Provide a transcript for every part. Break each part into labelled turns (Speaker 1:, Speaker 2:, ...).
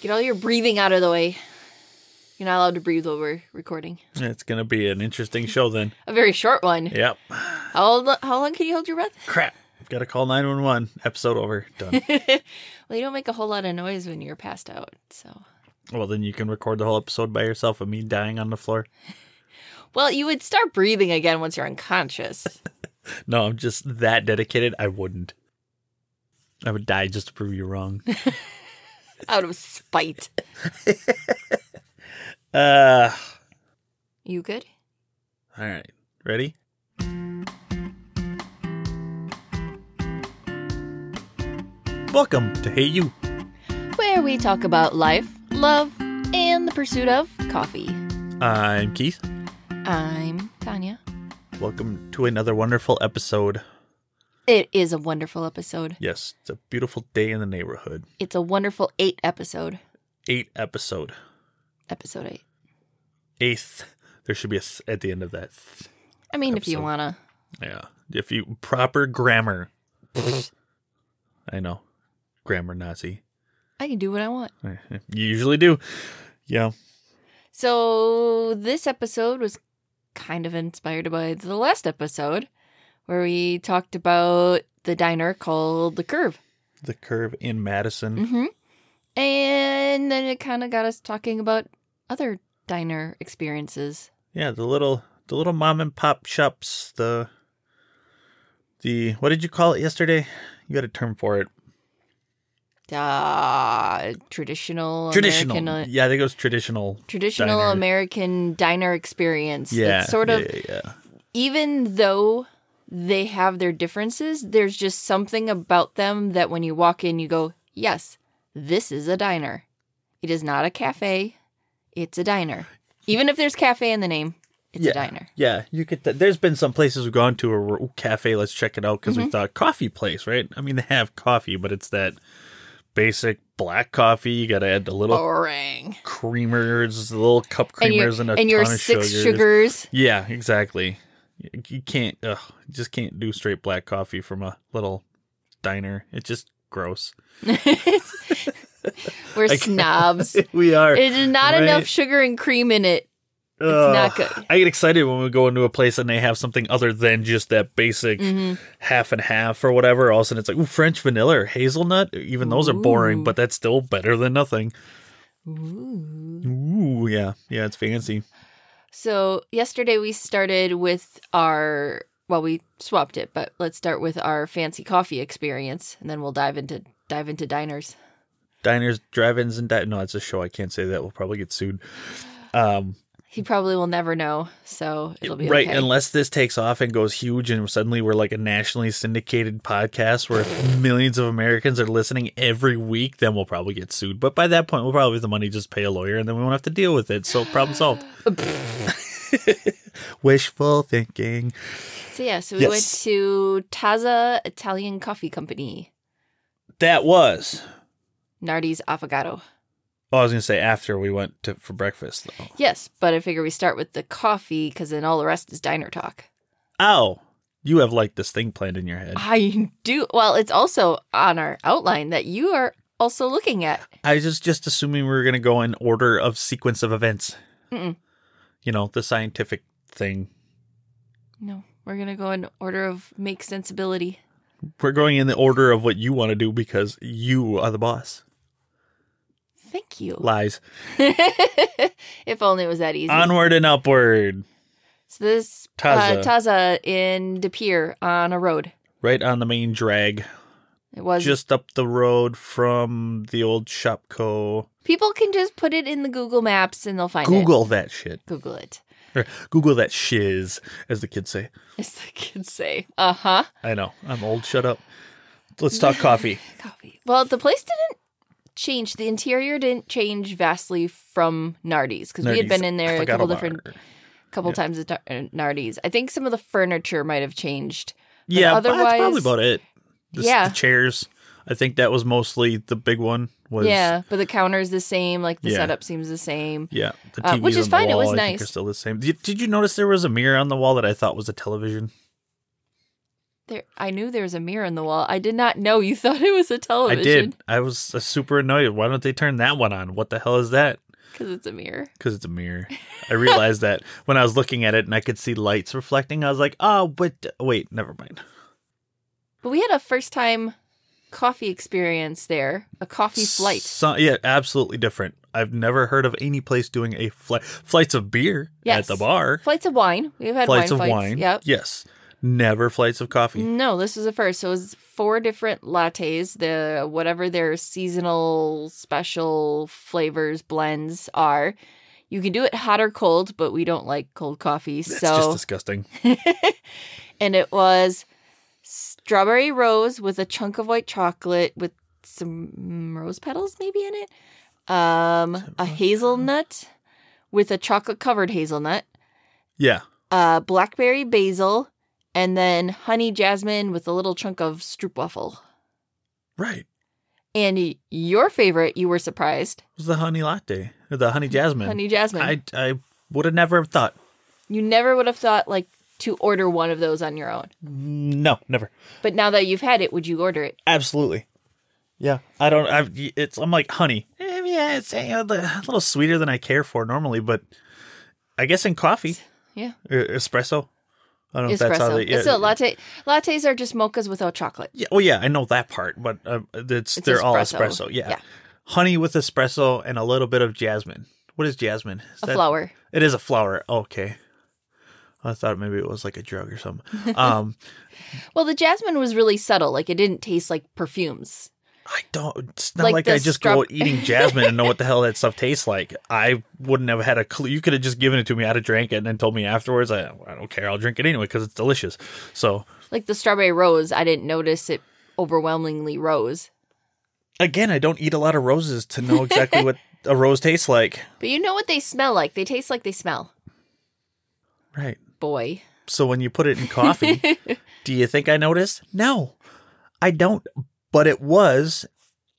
Speaker 1: Get all your breathing out of the way. You're not allowed to breathe while we're recording.
Speaker 2: It's going to be an interesting show then.
Speaker 1: A very short one.
Speaker 2: Yep.
Speaker 1: How, old, how long can you hold your breath?
Speaker 2: Crap. Got to call 911. Episode over. Done.
Speaker 1: Well, you don't make a whole lot of noise when you're passed out. So,
Speaker 2: well, then you can record the whole episode by yourself of me dying on the floor.
Speaker 1: well, you would start breathing again once you're unconscious.
Speaker 2: No, I'm just that dedicated. I wouldn't. I would die just to prove you wrong.
Speaker 1: out of spite.
Speaker 2: Uh,
Speaker 1: You good?
Speaker 2: all right. Ready? Welcome to Hey You.
Speaker 1: Where we talk about life, love, and the pursuit of coffee.
Speaker 2: I'm Keith.
Speaker 1: I'm Tanya.
Speaker 2: Welcome to another wonderful episode.
Speaker 1: It is a wonderful episode.
Speaker 2: Yes, it's a beautiful day in the neighborhood.
Speaker 1: It's a wonderful eight episode.
Speaker 2: Eight episode.
Speaker 1: Episode eight.
Speaker 2: eighth. There should be a th at the end of that. Th.
Speaker 1: I mean, if you
Speaker 2: Episode.
Speaker 1: wanna.
Speaker 2: Yeah, if you proper grammar. I know, grammar Nazi.
Speaker 1: I can do what I want.
Speaker 2: You usually do. Yeah.
Speaker 1: So, this episode was kind of inspired by the last episode where we talked about the diner called The Curve.
Speaker 2: The curve in Madison.
Speaker 1: hmm And then it kind of got us talking about other diner experiences.
Speaker 2: Yeah, the little the little mom and pop shops. The the what did you call it yesterday? You had a term for it.
Speaker 1: Uh, traditional,
Speaker 2: traditional.
Speaker 1: American, uh,
Speaker 2: yeah, I think it was traditional.
Speaker 1: traditional
Speaker 2: Diner.
Speaker 1: American diner experience.
Speaker 2: Yeah,
Speaker 1: That's sort of,
Speaker 2: yeah, yeah, yeah.
Speaker 1: even though they have their differences, there's just something about them that when you walk in, you go, yes, this is a diner. It is not a cafe. It's a diner. Even if there's cafe in the name, it's
Speaker 2: Yeah.
Speaker 1: a diner.
Speaker 2: Yeah, you could. there's been some places we've gone to or ooh, cafe. Let's check it out because
Speaker 1: Mm-hmm.
Speaker 2: we thought coffee place, right? I mean, they have coffee, but it's that basic black coffee. You got to add the little
Speaker 1: Boring.
Speaker 2: creamers, the little cup
Speaker 1: Oh. and your,
Speaker 2: creamers, and, a
Speaker 1: and
Speaker 2: ton
Speaker 1: your
Speaker 2: of
Speaker 1: six
Speaker 2: sugars.
Speaker 1: sugars.
Speaker 2: Yeah, exactly. You- You can't, ugh, you just can't do straight black coffee from a little diner. It's just gross.
Speaker 1: We're
Speaker 2: I-
Speaker 1: snobs. it
Speaker 2: we are.
Speaker 1: is not enough
Speaker 2: Right.
Speaker 1: sugar and cream in it.
Speaker 2: Ugh.
Speaker 1: not good.
Speaker 2: I get excited when we go into a place and they have something other than just that basic
Speaker 1: Mhm.
Speaker 2: half and half or whatever. All of a sudden, it's like, ooh, French vanilla or hazelnut. Even those are
Speaker 1: Ooh.
Speaker 2: boring, but that's still better than nothing.
Speaker 1: Ooh.
Speaker 2: Ooh, yeah. Yeah, it's fancy.
Speaker 1: So yesterday we started with our well, we swapped it, but let's start with our fancy coffee experience, and then we'll dive into dive into diners.
Speaker 2: Diners, drive ins, and di- No, that's a show. I can't say that. We'll probably get sued. Um,
Speaker 1: He probably will never know, so it'll be
Speaker 2: right.
Speaker 1: okay.
Speaker 2: Unless this takes off and goes huge, and suddenly we're like a nationally syndicated podcast where millions of Americans are listening every week, then we'll probably get sued. But by that point, we'll probably have the money to just pay a lawyer and then we won't have to deal with it. So, problem solved. Wishful thinking.
Speaker 1: so yeah, so we
Speaker 2: Yes.
Speaker 1: went to Taza Italian Coffee Company,
Speaker 2: That was.
Speaker 1: Nardi's Affogato.
Speaker 2: Oh, I was gonna say after we went to for breakfast though.
Speaker 1: Yes, but I figure we start with the coffee because then all the rest is diner talk.
Speaker 2: Ow, you have like this thing planned in your head.
Speaker 1: I do. Well, it's also on our outline that you are also looking at.
Speaker 2: I was just just assuming we were gonna go in order of sequence of events.
Speaker 1: Mm-mm.
Speaker 2: You know the scientific thing.
Speaker 1: No, we're going to go in order of make sensibility.
Speaker 2: We're going in the order of what you want to do because you are the boss.
Speaker 1: Thank you.
Speaker 2: Lies.
Speaker 1: if only it was that easy.
Speaker 2: Onward and upward,
Speaker 1: so this Taza, uh,
Speaker 2: Taza.
Speaker 1: Taza in De Pere on a road.
Speaker 2: right on the main drag,
Speaker 1: It was
Speaker 2: just up the road from the old Shopco.
Speaker 1: people can just put it in the Google Maps and they'll find it.
Speaker 2: Google that shit.
Speaker 1: Google it.
Speaker 2: Or Google that shiz, as the kids say.
Speaker 1: As the kids say. Uh huh.
Speaker 2: I know. I'm old. Shut up. Let's talk coffee.
Speaker 1: Coffee. Well, the place didn't change. The interior didn't change vastly from Nardi's because we had
Speaker 2: Nerdies.
Speaker 1: been in
Speaker 2: I
Speaker 1: there a
Speaker 2: forgot
Speaker 1: couple
Speaker 2: about
Speaker 1: different,
Speaker 2: her.
Speaker 1: couple times at Nar- uh, Nardi's. I think some of the furniture might have changed. But
Speaker 2: Yeah, but that's probably
Speaker 1: otherwise-
Speaker 2: about it. Just
Speaker 1: Yeah.
Speaker 2: the chairs. I think that was mostly the big one. Was
Speaker 1: yeah, but the counter's the same. Like the
Speaker 2: Yeah.
Speaker 1: setup seems the same.
Speaker 2: yeah, the
Speaker 1: Uh,
Speaker 2: TVs
Speaker 1: which is
Speaker 2: on the
Speaker 1: fine, it
Speaker 2: wall,
Speaker 1: was
Speaker 2: I think,
Speaker 1: nice.
Speaker 2: are still the same. Did, did you notice there was a mirror on the wall that I thought was a television?
Speaker 1: There, I knew there was a mirror in the wall. I did not know you thought it was a
Speaker 2: I
Speaker 1: television.
Speaker 2: did. I was uh, super annoyed. Why don't they turn that one on? What the hell is that?
Speaker 1: because it's a mirror.
Speaker 2: Because it's a mirror. I realized that when I was looking at it and I could see lights reflecting. I was like, oh, but wait, never mind.
Speaker 1: But we had a first time coffee experience there, a coffee flight.
Speaker 2: So- yeah, absolutely different. I've never heard of any place doing a flight flights of beer
Speaker 1: Yes.
Speaker 2: at the bar.
Speaker 1: Flights of wine. We've had
Speaker 2: flights
Speaker 1: wine
Speaker 2: of
Speaker 1: flights.
Speaker 2: wine.
Speaker 1: Yep. Mm,
Speaker 2: Yes. Never flights of coffee.
Speaker 1: No, this was the first. So it was four different lattes, the whatever their seasonal special flavors blends are. You can do it hot or cold, but we don't like cold coffee.
Speaker 2: That's just
Speaker 1: so
Speaker 2: disgusting.
Speaker 1: and it was strawberry rose with a chunk of white chocolate with some mm, rose petals maybe in it. Um
Speaker 2: it
Speaker 1: a
Speaker 2: rose
Speaker 1: hazelnut with a chocolate covered hazelnut,
Speaker 2: Yeah.
Speaker 1: uh blackberry basil, and then honey jasmine with a little chunk of stroopwafel.
Speaker 2: Right.
Speaker 1: And y- your favorite, you were surprised,
Speaker 2: It was the honey latte. Or the honey jasmine.
Speaker 1: Honey Jasmine.
Speaker 2: I I would have never thought.
Speaker 1: you never would have thought like to order one of those on your own.
Speaker 2: No, never.
Speaker 1: But now that you've had it, would you order it?
Speaker 2: Absolutely. Yeah. I don't I it's I'm like honey. Eh, yeah, it's eh, a little sweeter than I care for normally, but I guess in coffee.
Speaker 1: Yeah.
Speaker 2: E- espresso. I don't know if that's how
Speaker 1: Espresso.
Speaker 2: they yeah.
Speaker 1: It's a latte. Lattes are just mochas without chocolate.
Speaker 2: Yeah, well, yeah, I know that part, but uh, it's,
Speaker 1: It's
Speaker 2: they're all
Speaker 1: espresso.
Speaker 2: espresso. Yeah.
Speaker 1: Yeah.
Speaker 2: honey with espresso and a little bit of jasmine. What is jasmine? Is
Speaker 1: A
Speaker 2: that-
Speaker 1: flower.
Speaker 2: It is a flower. Okay, I thought maybe it was like a drug or something. Um,
Speaker 1: Well, the jasmine was really subtle. Like it didn't taste like perfumes.
Speaker 2: I don't. It's not
Speaker 1: Like
Speaker 2: like,
Speaker 1: the
Speaker 2: I just
Speaker 1: scrub-
Speaker 2: go out eating jasmine and know what the hell that stuff tastes like. I wouldn't have had a clue. You could have just given it to me. I'd have drank it and then told me afterwards. I, I don't care. I'll drink it anyway because it's delicious. So
Speaker 1: Like the strawberry rose, I didn't notice it overwhelmingly rose.
Speaker 2: again, I don't eat a lot of roses to know exactly what a rose tastes like.
Speaker 1: But you know what they smell like? They taste like they smell.
Speaker 2: Right.
Speaker 1: Boy.
Speaker 2: So when you put it in coffee, do you think I noticed? No, I don't. But it was,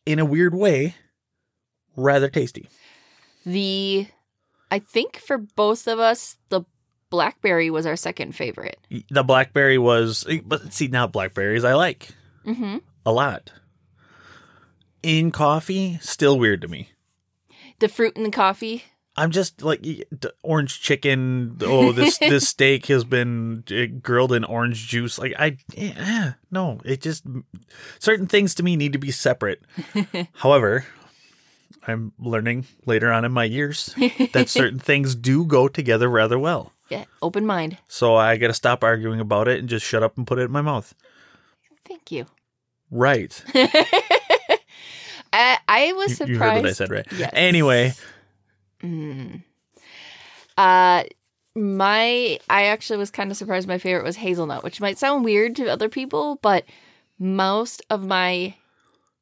Speaker 2: in a weird way, rather tasty.
Speaker 1: The I think for both of us, the blackberry was our second favorite.
Speaker 2: The blackberry was, but see, now blackberries I like
Speaker 1: hmm
Speaker 2: a lot. In coffee, still weird to me.
Speaker 1: The fruit and the coffee.
Speaker 2: I'm just like y- d- orange chicken. Oh, this this steak has been uh, grilled in orange juice. Like I, yeah, no, it just certain things to me need to be separate. However, I'm learning later on in my years that certain things do go together rather well.
Speaker 1: Yeah, open mind.
Speaker 2: So I got to stop arguing about it and just shut up and put it in my mouth.
Speaker 1: Thank you.
Speaker 2: Right.
Speaker 1: I, I was
Speaker 2: You,
Speaker 1: surprised.
Speaker 2: you heard what I said, right?
Speaker 1: Yes.
Speaker 2: Anyway,
Speaker 1: Mm. Uh, my I actually was kind of surprised. My favorite was hazelnut, which might sound weird to other people, but most of my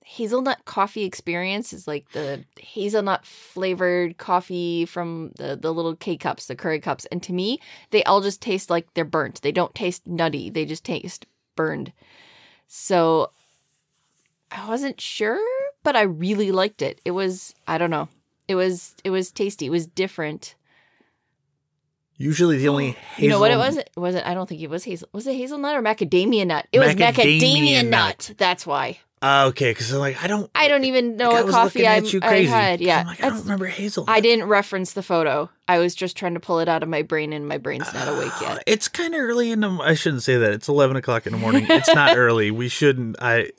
Speaker 1: hazelnut coffee experience is like the hazelnut flavored coffee from the, the little K cups, the curry cups, and to me, they all just taste like they're burnt. They don't taste nutty. They just taste burned. So I wasn't sure, but I really liked it. It was I don't know. It was it was tasty. It was different.
Speaker 2: usually the only hazel,
Speaker 1: You know what it was? It wasn't. I don't think it was hazel. Was it hazelnut or macadamia nut? It was macadamia nut.
Speaker 2: Macadamia nut.
Speaker 1: That's why
Speaker 2: Ah, okay, because I'm like I don't.
Speaker 1: I don't even know
Speaker 2: I
Speaker 1: what
Speaker 2: was
Speaker 1: coffee
Speaker 2: looking
Speaker 1: I,
Speaker 2: at you
Speaker 1: I
Speaker 2: crazy.
Speaker 1: had.
Speaker 2: 'cause
Speaker 1: Yeah,
Speaker 2: I'm like, I don't
Speaker 1: That's-
Speaker 2: remember hazel.
Speaker 1: I didn't reference the photo. I was just trying to pull it out of my brain, and my brain's not awake
Speaker 2: Uh,
Speaker 1: yet.
Speaker 2: It's kind of early in the. I shouldn't say that. It's eleven o'clock in the morning. It's not early. We shouldn't. I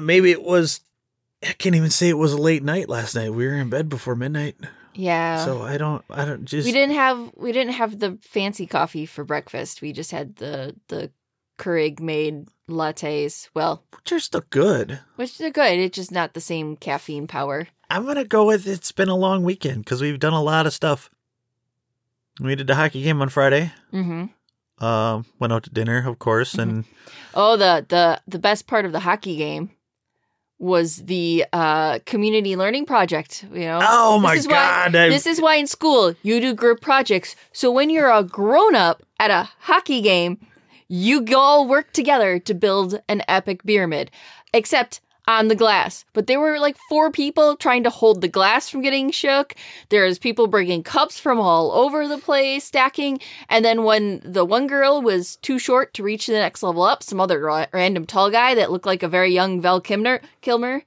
Speaker 2: maybe it was. I can't even say it was a late night last night. We were in bed before midnight,
Speaker 1: Yeah.
Speaker 2: so I don't. I don't just.
Speaker 1: we didn't have we didn't have the fancy coffee for breakfast. We just had the the Keurig made lattes. Well,
Speaker 2: Which are still good.
Speaker 1: which are good. It's just not the same caffeine power.
Speaker 2: I'm gonna go with. It's been a long weekend because we've done a lot of stuff. We did the hockey game on Friday.
Speaker 1: hmm
Speaker 2: Um, went out to dinner, of course, and
Speaker 1: Oh, the the the best part of the hockey game was the uh, community learning project. You know.
Speaker 2: oh
Speaker 1: This
Speaker 2: my
Speaker 1: is why-
Speaker 2: god, I-
Speaker 1: This is why in school you do group projects. So when you're a grown up at a hockey game, you all work together to build an epic pyramid. Except on the glass. But there were like four people trying to hold the glass from getting shook. There was people bringing cups from all over the place, stacking. And then when the one girl was too short to reach the next level up, some other ra- random tall guy that looked like a very young Val Kimner, Kilmer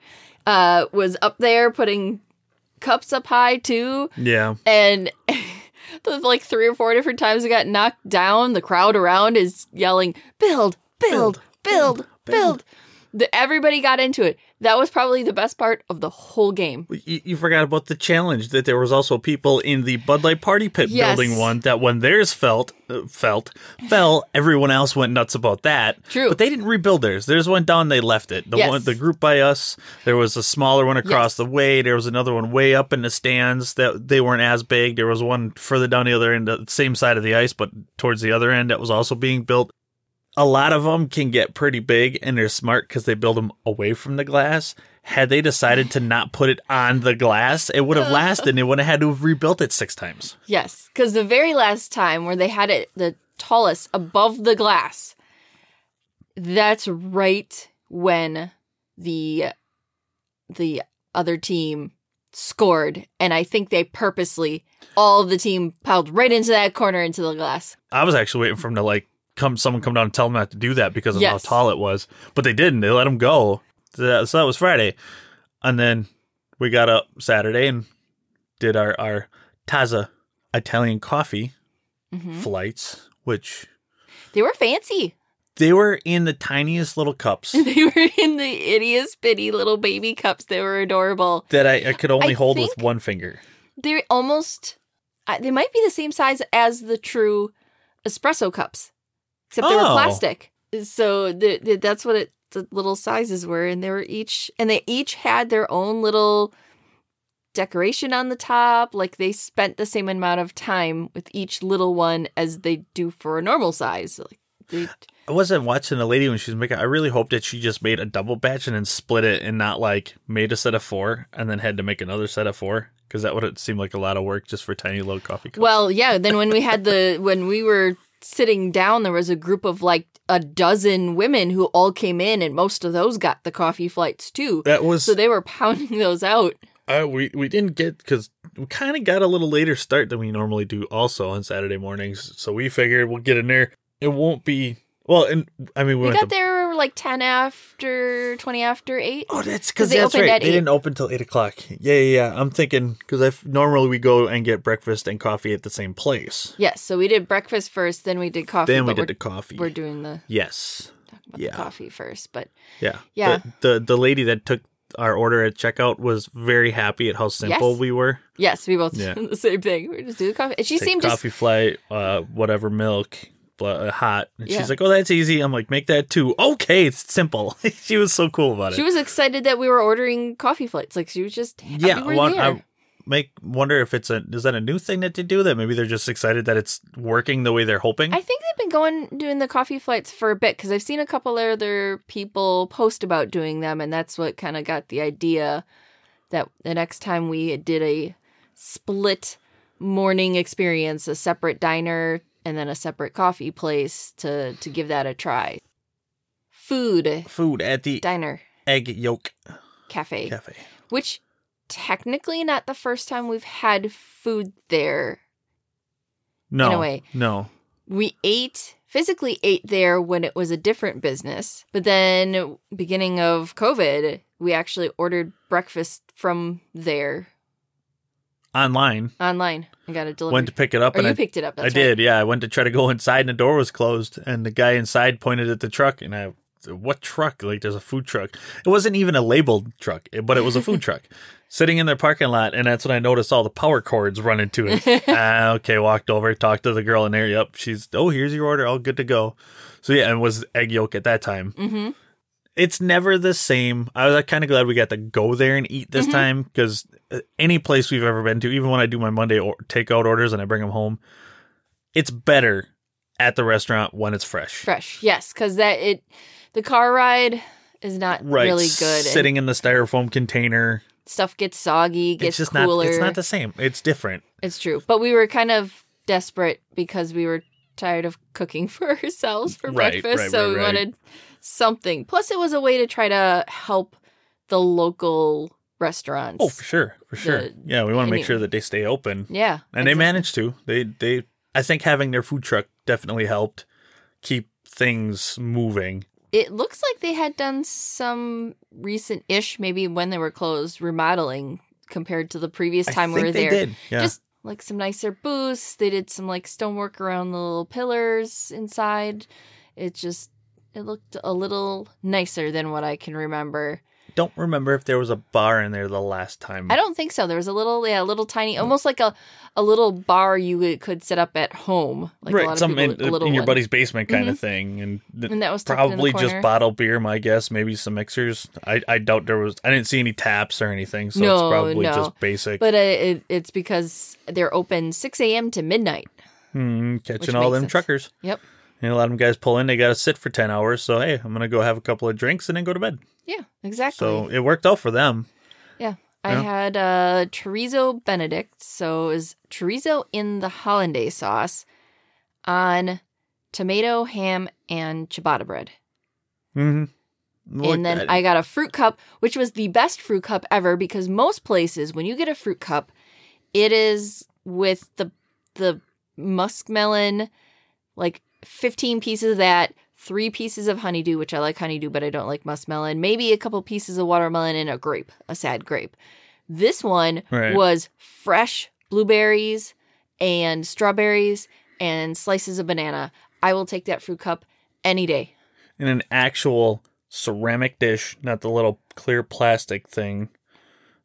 Speaker 1: uh, was up there putting cups up high too
Speaker 2: Yeah.
Speaker 1: and the, like three or four different times I got knocked down, the crowd around is yelling, "Build, build, build, build!"
Speaker 2: build."
Speaker 1: The, everybody got into it. That was probably the best part of the whole game.
Speaker 2: You, you forgot about the challenge that there was also people in the Bud Light Party Pit
Speaker 1: Yes.
Speaker 2: building one that when theirs felt uh, felt fell, everyone else went nuts about that.
Speaker 1: True.
Speaker 2: but they didn't rebuild theirs. Theirs went down. They left it. The
Speaker 1: Yes.
Speaker 2: one, the group by us. There was a smaller one across
Speaker 1: Yes.
Speaker 2: the way. There was another one way up in the stands that they weren't as big. There was one further down the other end, the same side of the ice, but towards the other end that was also being built. A lot of them can get pretty big, and they're smart because they build them away from the glass. Had they decided to not put it on the glass, it would have lasted. and They would have had to have rebuilt it six times.
Speaker 1: Yes, because the very last time where they had it the tallest above the glass, that's right when the the other team scored, and I think they purposely all of the team piled right into that corner into the glass.
Speaker 2: I was actually waiting for them to like come someone come down and tell them not to do that because of
Speaker 1: Yes.
Speaker 2: how tall it was, but they didn't. They let him go. So that, so that was Friday, and then we got up Saturday and did our our Taza Italian coffee
Speaker 1: Mhm.
Speaker 2: flights, which
Speaker 1: They were fancy.
Speaker 2: they were in the tiniest little cups
Speaker 1: They were in the ittiest bitty little baby cups. They were adorable.
Speaker 2: that I, I could only
Speaker 1: I
Speaker 2: hold with
Speaker 1: think-
Speaker 2: one finger.
Speaker 1: They're almost, I- they might be the same size as the true espresso cups, except they were
Speaker 2: Oh.
Speaker 1: plastic. So the, the, that's what it, the little sizes were. And they were each, and they each had their own little decoration on the top. Like they spent the same amount of time with each little one as they do for a normal size. Like they,
Speaker 2: I wasn't watching the lady when she was making. I really hoped that she just made a double batch and then split it, and not like made a set of four and then had to make another set of four because that would have seemed like a lot of work just for tiny little coffee cups.
Speaker 1: Well, yeah. Then when we had the when we were sitting down, there was a group of like a dozen women who all came in, and most of those got the coffee flights too.
Speaker 2: that was
Speaker 1: So they were pounding those out.
Speaker 2: uh, we we didn't get because we kind of got a little later start than we normally do also on Saturday mornings. So we figured we'll get in there. It won't be well, and I mean
Speaker 1: We
Speaker 2: we, went
Speaker 1: got
Speaker 2: to,
Speaker 1: there like ten after twenty after eight.
Speaker 2: Oh, that's
Speaker 1: 'Cause
Speaker 2: because
Speaker 1: they
Speaker 2: that's
Speaker 1: opened
Speaker 2: right.
Speaker 1: at
Speaker 2: They
Speaker 1: eight.
Speaker 2: didn't open till eight o'clock. Yeah, yeah, yeah. I'm thinking because I f- normally we go and get breakfast and coffee at the same place.
Speaker 1: Yes. So we did breakfast first, then we did coffee.
Speaker 2: Then we
Speaker 1: but
Speaker 2: did the
Speaker 1: we're,
Speaker 2: coffee.
Speaker 1: we're doing the,
Speaker 2: Yes.
Speaker 1: talking about
Speaker 2: Yeah.
Speaker 1: the coffee first, but
Speaker 2: Yeah.
Speaker 1: Yeah.
Speaker 2: The, the the lady that took our order at checkout was very happy at how simple
Speaker 1: Yes.
Speaker 2: we were.
Speaker 1: yes, we both
Speaker 2: Yeah.
Speaker 1: did the same thing. We just do the coffee, and she
Speaker 2: Take
Speaker 1: seemed just
Speaker 2: coffee flight, uh, whatever milk, blah, hot. And
Speaker 1: Yeah.
Speaker 2: she's like, "Oh, that's easy." I'm like, "Make that too." Okay, it's simple. she was so cool about it.
Speaker 1: she was excited that we were ordering coffee flights. Like she was just happy
Speaker 2: yeah,
Speaker 1: we're
Speaker 2: one-
Speaker 1: there.
Speaker 2: I make wonder if it's a is that a new thing that they do that maybe they're just excited that it's working the way they're hoping.
Speaker 1: I think they've been going doing the coffee flights for a bit because I've seen a couple other people post about doing them, and that's what kind of got the idea that the next time we did a split morning experience, a separate diner and then a separate coffee place to to give that a try. Food
Speaker 2: Food at the
Speaker 1: diner
Speaker 2: Egg Yolk
Speaker 1: cafe,
Speaker 2: Cafe.
Speaker 1: which technically not the first time we've had food there.
Speaker 2: No,
Speaker 1: In a way.
Speaker 2: no.
Speaker 1: we ate physically ate there when it was a different business but then beginning of covid we actually ordered breakfast from there
Speaker 2: Online,
Speaker 1: online i got it delivered
Speaker 2: went to pick it up
Speaker 1: or
Speaker 2: and
Speaker 1: you
Speaker 2: I
Speaker 1: picked it up
Speaker 2: I
Speaker 1: that's right.
Speaker 2: did, yeah. I went to try to go inside and the door was closed, and the guy inside pointed at the truck, and I, what truck? Like, there's a food truck. It wasn't even a labeled truck, but it was a food truck sitting in their parking lot, and that's when I noticed all the power cords running to it. Ah, okay, walked over, talked to the girl in there. Yep, she's oh, here's your order, all good to go. So yeah, and it was egg yolk at that time.
Speaker 1: mm-hmm.
Speaker 2: It's never the same. I was kind of glad we got to go there and eat this
Speaker 1: Mhm.
Speaker 2: time 'cause time because any place we've ever been to, even when I do my Monday or- takeout orders and I bring them home, it's better at the restaurant when it's fresh.
Speaker 1: fresh yes because that it the car ride is not
Speaker 2: Right,
Speaker 1: really good and
Speaker 2: Sitting in the styrofoam container,
Speaker 1: stuff gets soggy gets
Speaker 2: it's just
Speaker 1: cooler
Speaker 2: not. It's not the same. It's different.
Speaker 1: It's true. But we were kind of desperate because we were tired of cooking for ourselves for
Speaker 2: Right,
Speaker 1: breakfast.
Speaker 2: right,
Speaker 1: so
Speaker 2: right,
Speaker 1: we
Speaker 2: right.
Speaker 1: wanted something. Plus, it was a way to try to help the local restaurants.
Speaker 2: Oh, for sure, for sure.
Speaker 1: The-
Speaker 2: yeah, we want to
Speaker 1: I
Speaker 2: make
Speaker 1: mean-
Speaker 2: sure that they stay open,
Speaker 1: Yeah.
Speaker 2: and they
Speaker 1: exactly.
Speaker 2: managed to. They they I think having their food truck definitely helped keep things moving.
Speaker 1: It looks like they had done some recent ish, maybe when they were closed, remodeling compared to the previous time
Speaker 2: I
Speaker 1: we
Speaker 2: think
Speaker 1: were
Speaker 2: they
Speaker 1: there.
Speaker 2: did. Yeah.
Speaker 1: Just like some nicer booths. They did some like stonework around the little pillars inside. It just it looked a little nicer than what I can remember.
Speaker 2: don't remember if there was a bar in there the last time.
Speaker 1: I don't think so. There was a little yeah, a little tiny almost like a a little bar you would- could set up at home. Like a lot
Speaker 2: right,
Speaker 1: of
Speaker 2: some
Speaker 1: people,
Speaker 2: in,
Speaker 1: a little
Speaker 2: in your
Speaker 1: one.
Speaker 2: buddy's basement kind of thing, and th-
Speaker 1: and that was tucked in the
Speaker 2: probably just
Speaker 1: corner.
Speaker 2: bottle beer. My guess, maybe some mixers. I, I doubt there was. I didn't see any taps or anything, so
Speaker 1: No,
Speaker 2: it's probably
Speaker 1: no.
Speaker 2: just basic.
Speaker 1: But uh, it, it's because they're open 6 a.m. to midnight.
Speaker 2: Hmm,
Speaker 1: Which
Speaker 2: catching all
Speaker 1: makes
Speaker 2: them
Speaker 1: sense.
Speaker 2: truckers.
Speaker 1: Yep.
Speaker 2: And a lot of them guys pull in. They got to sit for ten hours. So hey, I'm gonna go have a couple of drinks and then go to bed.
Speaker 1: Yeah, exactly.
Speaker 2: So it worked out for them.
Speaker 1: I
Speaker 2: yeah.
Speaker 1: had uh, chorizo Benedict. So it was chorizo in the hollandaise sauce on tomato, ham, and ciabatta bread.
Speaker 2: hmm
Speaker 1: and then I got a fruit cup, which was the best fruit cup ever because most places, when you get a fruit cup, it is with the the muskmelon, like fifteen pieces of that, three pieces of honeydew, which I like honeydew, but I don't like muskmelon. Maybe a couple pieces of watermelon and a grape, a sad grape. This one
Speaker 2: Right.
Speaker 1: was fresh blueberries and strawberries and slices of banana. I will take that fruit cup any day.
Speaker 2: in an actual ceramic dish, not the little clear plastic thing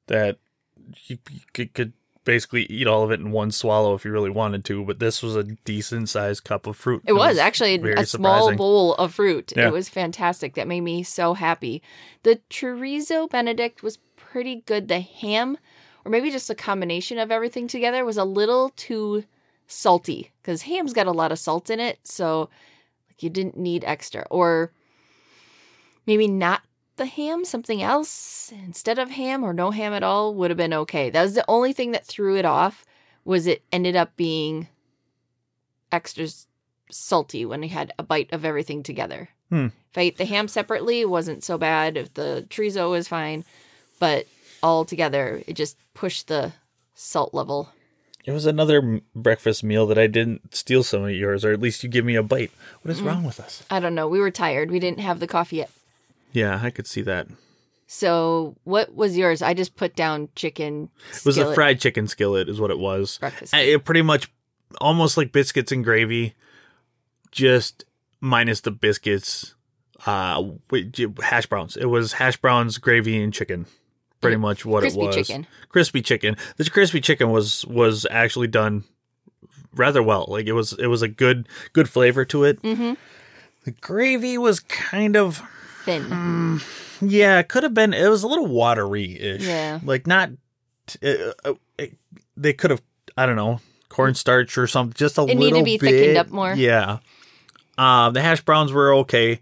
Speaker 2: that you, you could, could basically eat all of it in one swallow if you really wanted to. But this was a decent sized cup of fruit.
Speaker 1: It was actually
Speaker 2: very
Speaker 1: a small
Speaker 2: surprising.
Speaker 1: bowl of fruit.
Speaker 2: Yeah.
Speaker 1: It was fantastic. That made me so happy. The chorizo Benedict was pretty good. The ham, or maybe just a combination of everything together, was a little too salty because ham's got a lot of salt in it. So like you didn't need extra. Or maybe not the ham, something else instead of ham or no ham at all would have been okay. That was the only thing that threw it off was it ended up being extra s- salty when I had a bite of everything together.
Speaker 2: Hmm.
Speaker 1: If I ate the ham separately, it wasn't so bad. If the chorizo was fine, but all together, it just pushed the salt level.
Speaker 2: It was another m- breakfast meal that I didn't steal some of yours, or at least you give me a bite. What
Speaker 1: Mm.
Speaker 2: is wrong with us?
Speaker 1: I don't know. We were tired. We didn't have the coffee yet.
Speaker 2: Yeah, I could see that.
Speaker 1: So, what was yours? I just put down chicken.
Speaker 2: It was a
Speaker 1: skillet
Speaker 2: fried chicken skillet, is what it was.
Speaker 1: breakfast.
Speaker 2: I- It pretty much almost like biscuits and gravy, just minus the biscuits. Uh, wait, j- hash browns. It was hash browns, gravy, and chicken. Pretty much what
Speaker 1: Mm. Crispy
Speaker 2: it was.
Speaker 1: chicken.
Speaker 2: Crispy chicken. This crispy chicken was was actually done rather well. Like it was it was a good good flavor to it.
Speaker 1: Mm-hmm.
Speaker 2: The gravy was kind of
Speaker 1: Thin.
Speaker 2: Mm, yeah, it could have been. It was a little watery ish.
Speaker 1: Yeah.
Speaker 2: Like not. It, uh, it, they could have. I don't know cornstarch or something. Just a
Speaker 1: It
Speaker 2: little.
Speaker 1: needed to be
Speaker 2: bit.
Speaker 1: thickened up more.
Speaker 2: Yeah. Um, the hash browns were okay.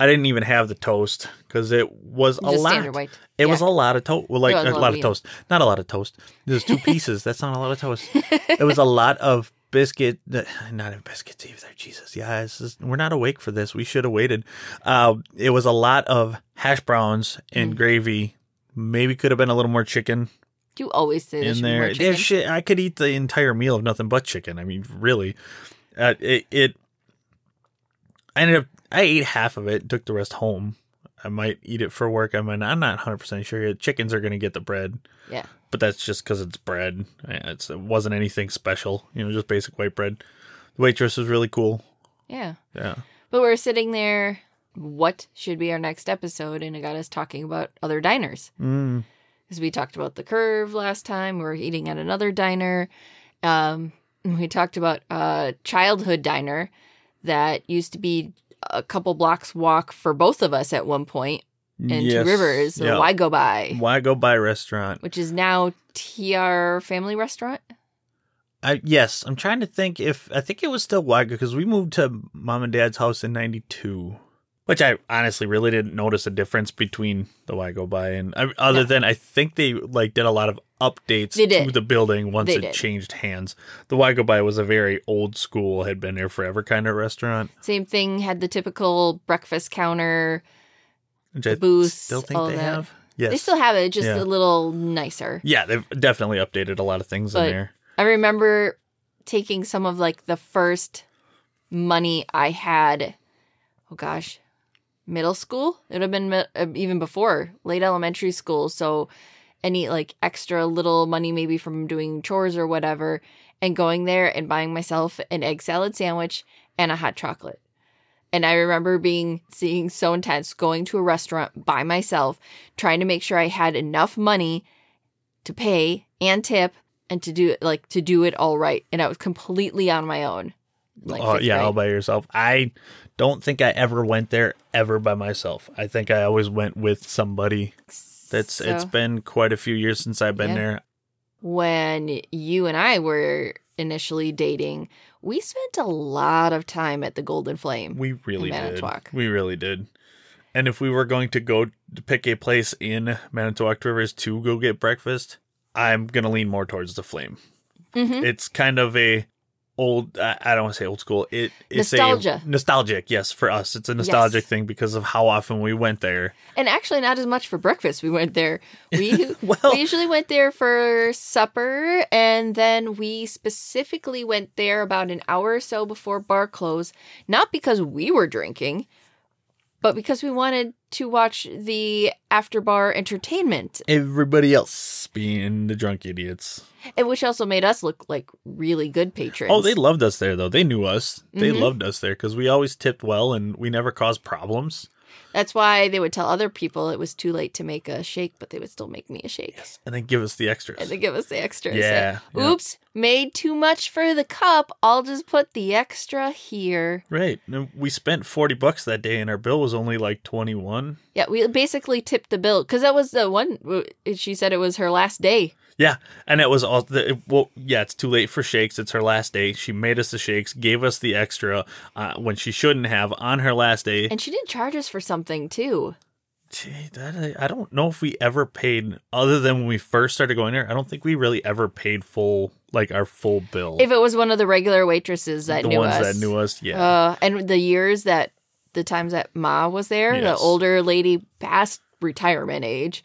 Speaker 2: I didn't even have the toast because it was a
Speaker 1: Just
Speaker 2: lot.
Speaker 1: standard white.
Speaker 2: It was
Speaker 1: Yeah.
Speaker 2: a lot of toast. Well, like
Speaker 1: It was
Speaker 2: a lot of
Speaker 1: wheat.
Speaker 2: toast. Not a lot of toast. There's two pieces. That's not a lot of toast. It was a lot of biscuit. Not even biscuits either. Jesus, yeah, this is- we're not awake for this. We should have waited. Uh, it was a lot of hash browns and
Speaker 1: Mm.
Speaker 2: gravy. Maybe could have been a little more chicken
Speaker 1: You always say this.
Speaker 2: in there.
Speaker 1: Chicken.
Speaker 2: There's shit. I could eat the entire meal of nothing but chicken. I mean, really. Uh, it, it. I ended up. I ate half of it. Took the rest home. I might eat it for work. I mean, I'm not 100 percent sure yet. Chickens are gonna get the bread,
Speaker 1: yeah.
Speaker 2: but that's just because it's bread. Uh, It's, it wasn't anything special. You know, just basic white bread. The waitress was really cool.
Speaker 1: Yeah.
Speaker 2: Yeah.
Speaker 1: But we're sitting there. What should be our next episode? And it got us talking about other diners.
Speaker 2: Mm.
Speaker 1: Because we talked about the curve last time. We were eating at another diner. Um, and we talked about a childhood diner that used to be a couple blocks walk for both of us at one point in Two
Speaker 2: Mm, Yes.
Speaker 1: Rivers. So
Speaker 2: Yeah.
Speaker 1: Why go by?
Speaker 2: Why go by restaurant?
Speaker 1: Which is now TR Family Restaurant.
Speaker 2: I yes, I'm trying to think if I think it was still Waiga because we moved to mom and dad's house in '92, which I honestly really didn't notice a difference between the Waigo by and I, other
Speaker 1: No.
Speaker 2: than I think they like did a lot of updates
Speaker 1: They
Speaker 2: to
Speaker 1: did.
Speaker 2: the building once
Speaker 1: They
Speaker 2: it
Speaker 1: did.
Speaker 2: changed hands. The Waigo by was a very old school, had been there forever kind of restaurant,
Speaker 1: Same thing, had the typical breakfast counter.
Speaker 2: which
Speaker 1: The
Speaker 2: I
Speaker 1: booths,
Speaker 2: still think
Speaker 1: all
Speaker 2: they
Speaker 1: that.
Speaker 2: have. Yes.
Speaker 1: They still have it, just
Speaker 2: Yeah.
Speaker 1: a little nicer.
Speaker 2: yeah, they've definitely updated a lot of things
Speaker 1: But-
Speaker 2: in there.
Speaker 1: I remember taking some of like the first money I had. Oh gosh, middle school. It would have been mi- uh, even before late elementary school. So any like extra little money, maybe from doing chores or whatever, and going there and buying myself an egg salad sandwich and a hot chocolate. And I remember being seeing so intense, going to a restaurant by myself, trying to make sure I had enough money to pay and tip and to do it like to do it all right and i was completely on my own like
Speaker 2: oh
Speaker 1: fifth
Speaker 2: yeah, all
Speaker 1: grade.
Speaker 2: by yourself. I don't think I ever went there ever by myself. I think I always went with somebody. That's it's
Speaker 1: So,
Speaker 2: been quite a few years since I've been
Speaker 1: Yeah.
Speaker 2: there.
Speaker 1: when you and i were initially dating we spent a lot of time at the golden flame
Speaker 2: We really did.
Speaker 1: Manitowoc.
Speaker 2: We really did. And if we were going to go to pick a place in Manitowoc Rivers to go get breakfast, I'm gonna lean more towards the Flame.
Speaker 1: Mhm.
Speaker 2: It's kind of a old. I I don't want to say old school. It it's
Speaker 1: Nostalgia.
Speaker 2: A nostalgic, yes, for us, it's a nostalgic
Speaker 1: Yes.
Speaker 2: thing because of how often we went there.
Speaker 1: and actually not as much for breakfast we went there we
Speaker 2: Well,
Speaker 1: we usually went there for supper and then we specifically went there about an hour or so before bar close not because we were drinking but because we wanted to watch the after bar entertainment
Speaker 2: everybody else being the drunk idiots.
Speaker 1: and which also made us look like really good patrons
Speaker 2: Oh, they loved us there though. They knew us. They
Speaker 1: Mhm.
Speaker 2: loved us there because we always tipped well and we never caused problems.
Speaker 1: that's why they would tell other people it was too late to make a shake but they would still make me a shake
Speaker 2: And then give us the extras.
Speaker 1: and they give us the extra It's like,
Speaker 2: yeah. yeah.
Speaker 1: oops made too much for the cup i'll just put the extra here
Speaker 2: Right. And we spent 40 bucks that day and our bill was only like 21.
Speaker 1: Yeah, we basically tipped the bill because that was the one. She said it was her last day.
Speaker 2: Yeah. And it was all the, it- well, yeah, it's too late for shakes. It's her last day. She made us the shakes, gave us the extra uh, when she shouldn't have on her last day.
Speaker 1: And she didn't charge us for something, too.
Speaker 2: Gee, that, I don't know if we ever paid, other than when we first started going there, I don't think we really ever paid full, like our full bill.
Speaker 1: If it was one of the regular waitresses that
Speaker 2: the
Speaker 1: knew
Speaker 2: ones
Speaker 1: us.
Speaker 2: that knew us, yeah.
Speaker 1: Uh, and the years that, the times that Ma was there, the
Speaker 2: Yes.
Speaker 1: older lady past retirement age,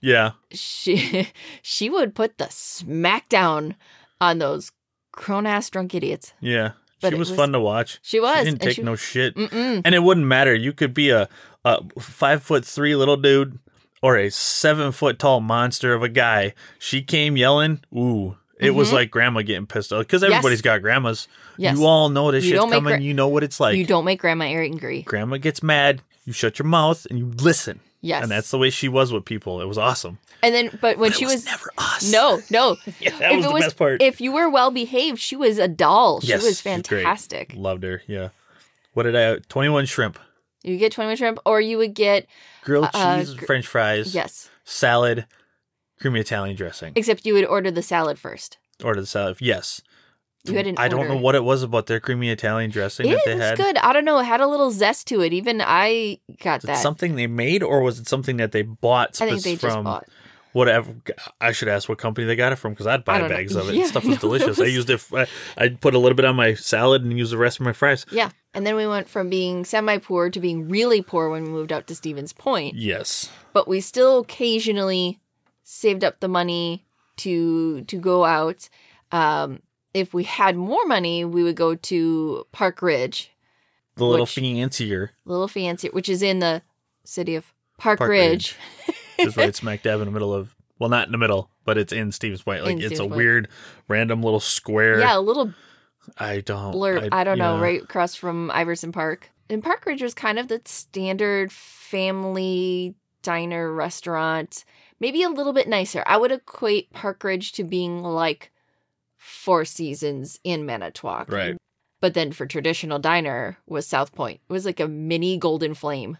Speaker 2: yeah.
Speaker 1: she she would put the smack down on those grown ass drunk idiots.
Speaker 2: Yeah.
Speaker 1: But
Speaker 2: She
Speaker 1: it
Speaker 2: was,
Speaker 1: was-
Speaker 2: fun to watch.
Speaker 1: She was.
Speaker 2: She didn't
Speaker 1: and
Speaker 2: take
Speaker 1: she-
Speaker 2: no shit.
Speaker 1: Mm-mm.
Speaker 2: And it wouldn't matter. You could be a, a five foot three little dude or a seven foot tall monster of a guy. She came yelling. Ooh. It was
Speaker 1: Mhm.
Speaker 2: like grandma getting pissed off because everybody's got grandmas.
Speaker 1: Yes.
Speaker 2: You all know this
Speaker 1: You
Speaker 2: shit's
Speaker 1: don't make
Speaker 2: coming.
Speaker 1: gra-
Speaker 2: you know what it's like.
Speaker 1: you don't make grandma angry.
Speaker 2: Grandma gets mad. You shut your mouth and you listen.
Speaker 1: Yes.
Speaker 2: And that's the way she was with people. It was awesome.
Speaker 1: And then, but when
Speaker 2: But it
Speaker 1: she
Speaker 2: was,
Speaker 1: was.
Speaker 2: never us.
Speaker 1: no, no.
Speaker 2: Yeah, that
Speaker 1: If
Speaker 2: was
Speaker 1: it
Speaker 2: the
Speaker 1: was-
Speaker 2: best part.
Speaker 1: if you were well behaved, she was a doll. She
Speaker 2: Yes,
Speaker 1: was
Speaker 2: she's great.
Speaker 1: fantastic.
Speaker 2: Loved her. Yeah. What did I? Twenty one shrimp,
Speaker 1: You get 21 shrimp or you would get
Speaker 2: grilled
Speaker 1: Uh,
Speaker 2: cheese,
Speaker 1: gr-
Speaker 2: French fries.
Speaker 1: yes.
Speaker 2: salad, creamy Italian dressing.
Speaker 1: Except you would order the salad first.
Speaker 2: Order the salad. Yes.
Speaker 1: You had an
Speaker 2: I don't know
Speaker 1: order.
Speaker 2: what it was about their creamy Italian dressing that
Speaker 1: It
Speaker 2: they
Speaker 1: was
Speaker 2: had.
Speaker 1: good. I don't know. It had a little zest to it. Even I got
Speaker 2: Was it
Speaker 1: that.
Speaker 2: something they made, or was it something that they bought
Speaker 1: I think
Speaker 2: spec-
Speaker 1: they
Speaker 2: from
Speaker 1: just bought.
Speaker 2: whatever? I should ask what company they got it from because I'd
Speaker 1: I
Speaker 2: buy
Speaker 1: don't know.
Speaker 2: bags of it.
Speaker 1: Yeah,
Speaker 2: Stuff
Speaker 1: I
Speaker 2: was
Speaker 1: know.
Speaker 2: delicious.
Speaker 1: It
Speaker 2: I
Speaker 1: was-
Speaker 2: used it. f- I- I'd put a little bit on my salad and use the rest of my fries.
Speaker 1: Yeah. And then we went from being semi poor to being really poor when we moved out to Stevens Point.
Speaker 2: Yes.
Speaker 1: But we still occasionally saved up the money to to go out. Um, if we had more money, we would go to Park Ridge
Speaker 2: The little
Speaker 1: Which-
Speaker 2: fancier
Speaker 1: little fancy, which is in the city of Park,
Speaker 2: Park
Speaker 1: Ridge.
Speaker 2: Ridge. is right smack dab in the middle of. Well, not in the middle, but it's in Stevens Point. Like
Speaker 1: In
Speaker 2: it's
Speaker 1: Stevens
Speaker 2: a
Speaker 1: Point.
Speaker 2: weird, random little square.
Speaker 1: Yeah, a little
Speaker 2: Oh, I don't.
Speaker 1: blurb. I, don't know,
Speaker 2: yeah.
Speaker 1: right across from Iverson Park. And Park Ridge was kind of the standard family diner restaurant, maybe a little bit nicer. I would equate Park Ridge to being like Four Seasons in Manitowoc.
Speaker 2: Right.
Speaker 1: But then for traditional diner was South Point. It was like a mini Golden Flame,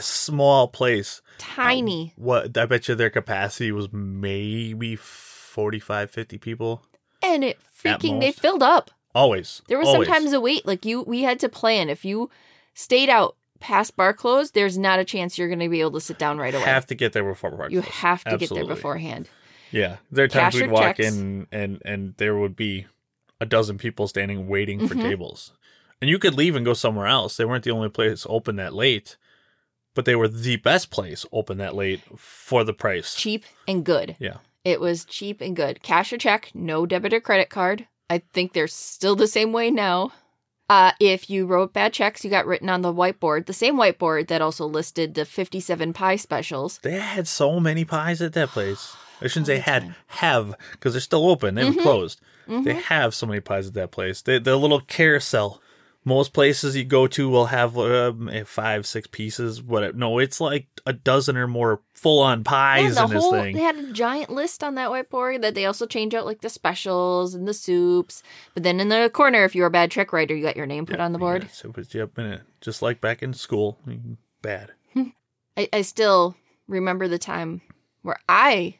Speaker 2: small place. Um,
Speaker 1: tiny.
Speaker 2: What I bet you their capacity was maybe 45, 50 people.
Speaker 1: and it
Speaker 2: At
Speaker 1: freaking, they
Speaker 2: most.
Speaker 1: filled up.
Speaker 2: Always.
Speaker 1: There was
Speaker 2: Always.
Speaker 1: sometimes a wait. Like you, we had to plan. If you stayed out past bar close, there's not a chance you're going to be able to sit down right away.
Speaker 2: have to get there before park.
Speaker 1: you have to get
Speaker 2: Absolutely.
Speaker 1: there beforehand.
Speaker 2: yeah, there are
Speaker 1: Cash
Speaker 2: times
Speaker 1: your
Speaker 2: we'd walk
Speaker 1: checks.
Speaker 2: in and and there would be a dozen people standing waiting for
Speaker 1: Mhm.
Speaker 2: tables, and you could leave and go somewhere else. They weren't the only place open that late, but they were the best place open that late for the price.
Speaker 1: Cheap and good.
Speaker 2: Yeah.
Speaker 1: It was cheap and good. Cash or check, no debit or credit card. I think they're still the same way now. Uh, if you wrote bad checks, you got written on the whiteboard, the same whiteboard that also listed the 57 pie specials.
Speaker 2: They had so many pies at that place. I shouldn't say
Speaker 1: All the
Speaker 2: had,
Speaker 1: time.
Speaker 2: have, because they're still open. They
Speaker 1: Mm-hmm.
Speaker 2: were closed. They have so many pies at that place. They, the little carousel. Most places you go to will have um, eh, five, six pieces. Whatever. No, it's like a dozen or more full on pies
Speaker 1: Yeah,
Speaker 2: in this thing.
Speaker 1: They had a giant list on that whiteboard that they also change out like the specials and the soups. But then in the corner, if you were a bad check writer, you got your name put on the board.
Speaker 2: Yes, it was, yep, and it, just like back in school. mm, Bad.
Speaker 1: I, I still remember the time where I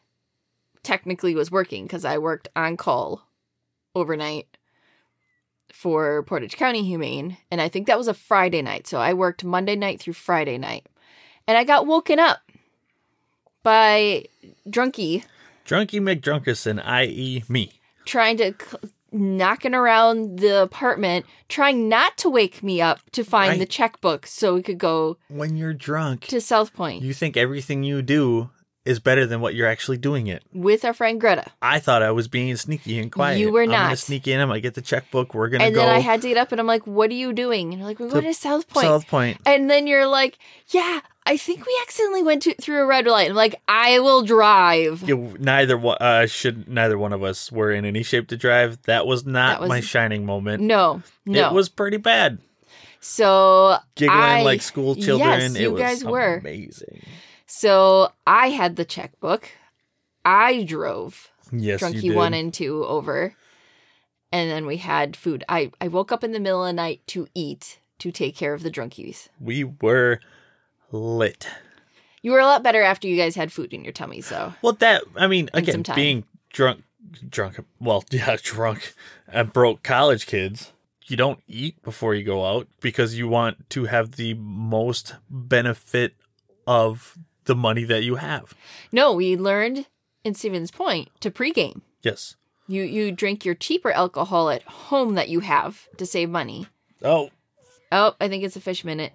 Speaker 1: technically was working because I worked on call overnight for Portage County Humane. And I think that was a Friday night. So I worked Monday night through Friday night. And I got woken up by Drunky
Speaker 2: Drunky McDrunkerson, i.e., me.
Speaker 1: trying to. c knocking around the apartment trying not to wake me up to find
Speaker 2: Right.
Speaker 1: the checkbook so we could go
Speaker 2: When you're drunk,
Speaker 1: to south point
Speaker 2: you think everything you do is better than what you're actually doing it.
Speaker 1: with our friend greta
Speaker 2: I thought I was being sneaky and quiet.
Speaker 1: You were
Speaker 2: I'm gonna
Speaker 1: not.
Speaker 2: sneak in. I'm gonna get the checkbook. We're gonna
Speaker 1: and
Speaker 2: go
Speaker 1: then I had to get up and I'm like, what are you doing? And you're like, we're going to South Point.
Speaker 2: South Point.
Speaker 1: And then you're like, yeah, I think we accidentally went to, through a red light. I'm like, I will drive.
Speaker 2: You- neither one uh, should. Neither one of us were in any shape to drive. That was not
Speaker 1: That was-
Speaker 2: my shining moment.
Speaker 1: No, no.
Speaker 2: It was pretty bad.
Speaker 1: so
Speaker 2: Giggling
Speaker 1: I-
Speaker 2: like school children.
Speaker 1: Yes,
Speaker 2: it
Speaker 1: you
Speaker 2: was
Speaker 1: guys were.
Speaker 2: amazing.
Speaker 1: So I had the checkbook. I drove
Speaker 2: Yes, you
Speaker 1: Drunky
Speaker 2: did.
Speaker 1: One and Two over, and then we had food. I I woke up in the middle of the night to eat to take care of the drunkies.
Speaker 2: we were lit.
Speaker 1: You were a lot better after you guys had food in your tummy. So
Speaker 2: Well, that I mean,
Speaker 1: And
Speaker 2: again,
Speaker 1: some time.
Speaker 2: being drunk, drunk. Well, yeah, drunk and broke college kids. You don't eat before you go out because you want to have the most benefit of the money that you have.
Speaker 1: no, we learned in Stevens Point to pregame.
Speaker 2: Yes.
Speaker 1: You you drink your cheaper alcohol at home that you have to save money.
Speaker 2: Oh,
Speaker 1: Oh, I think it's a fish minute.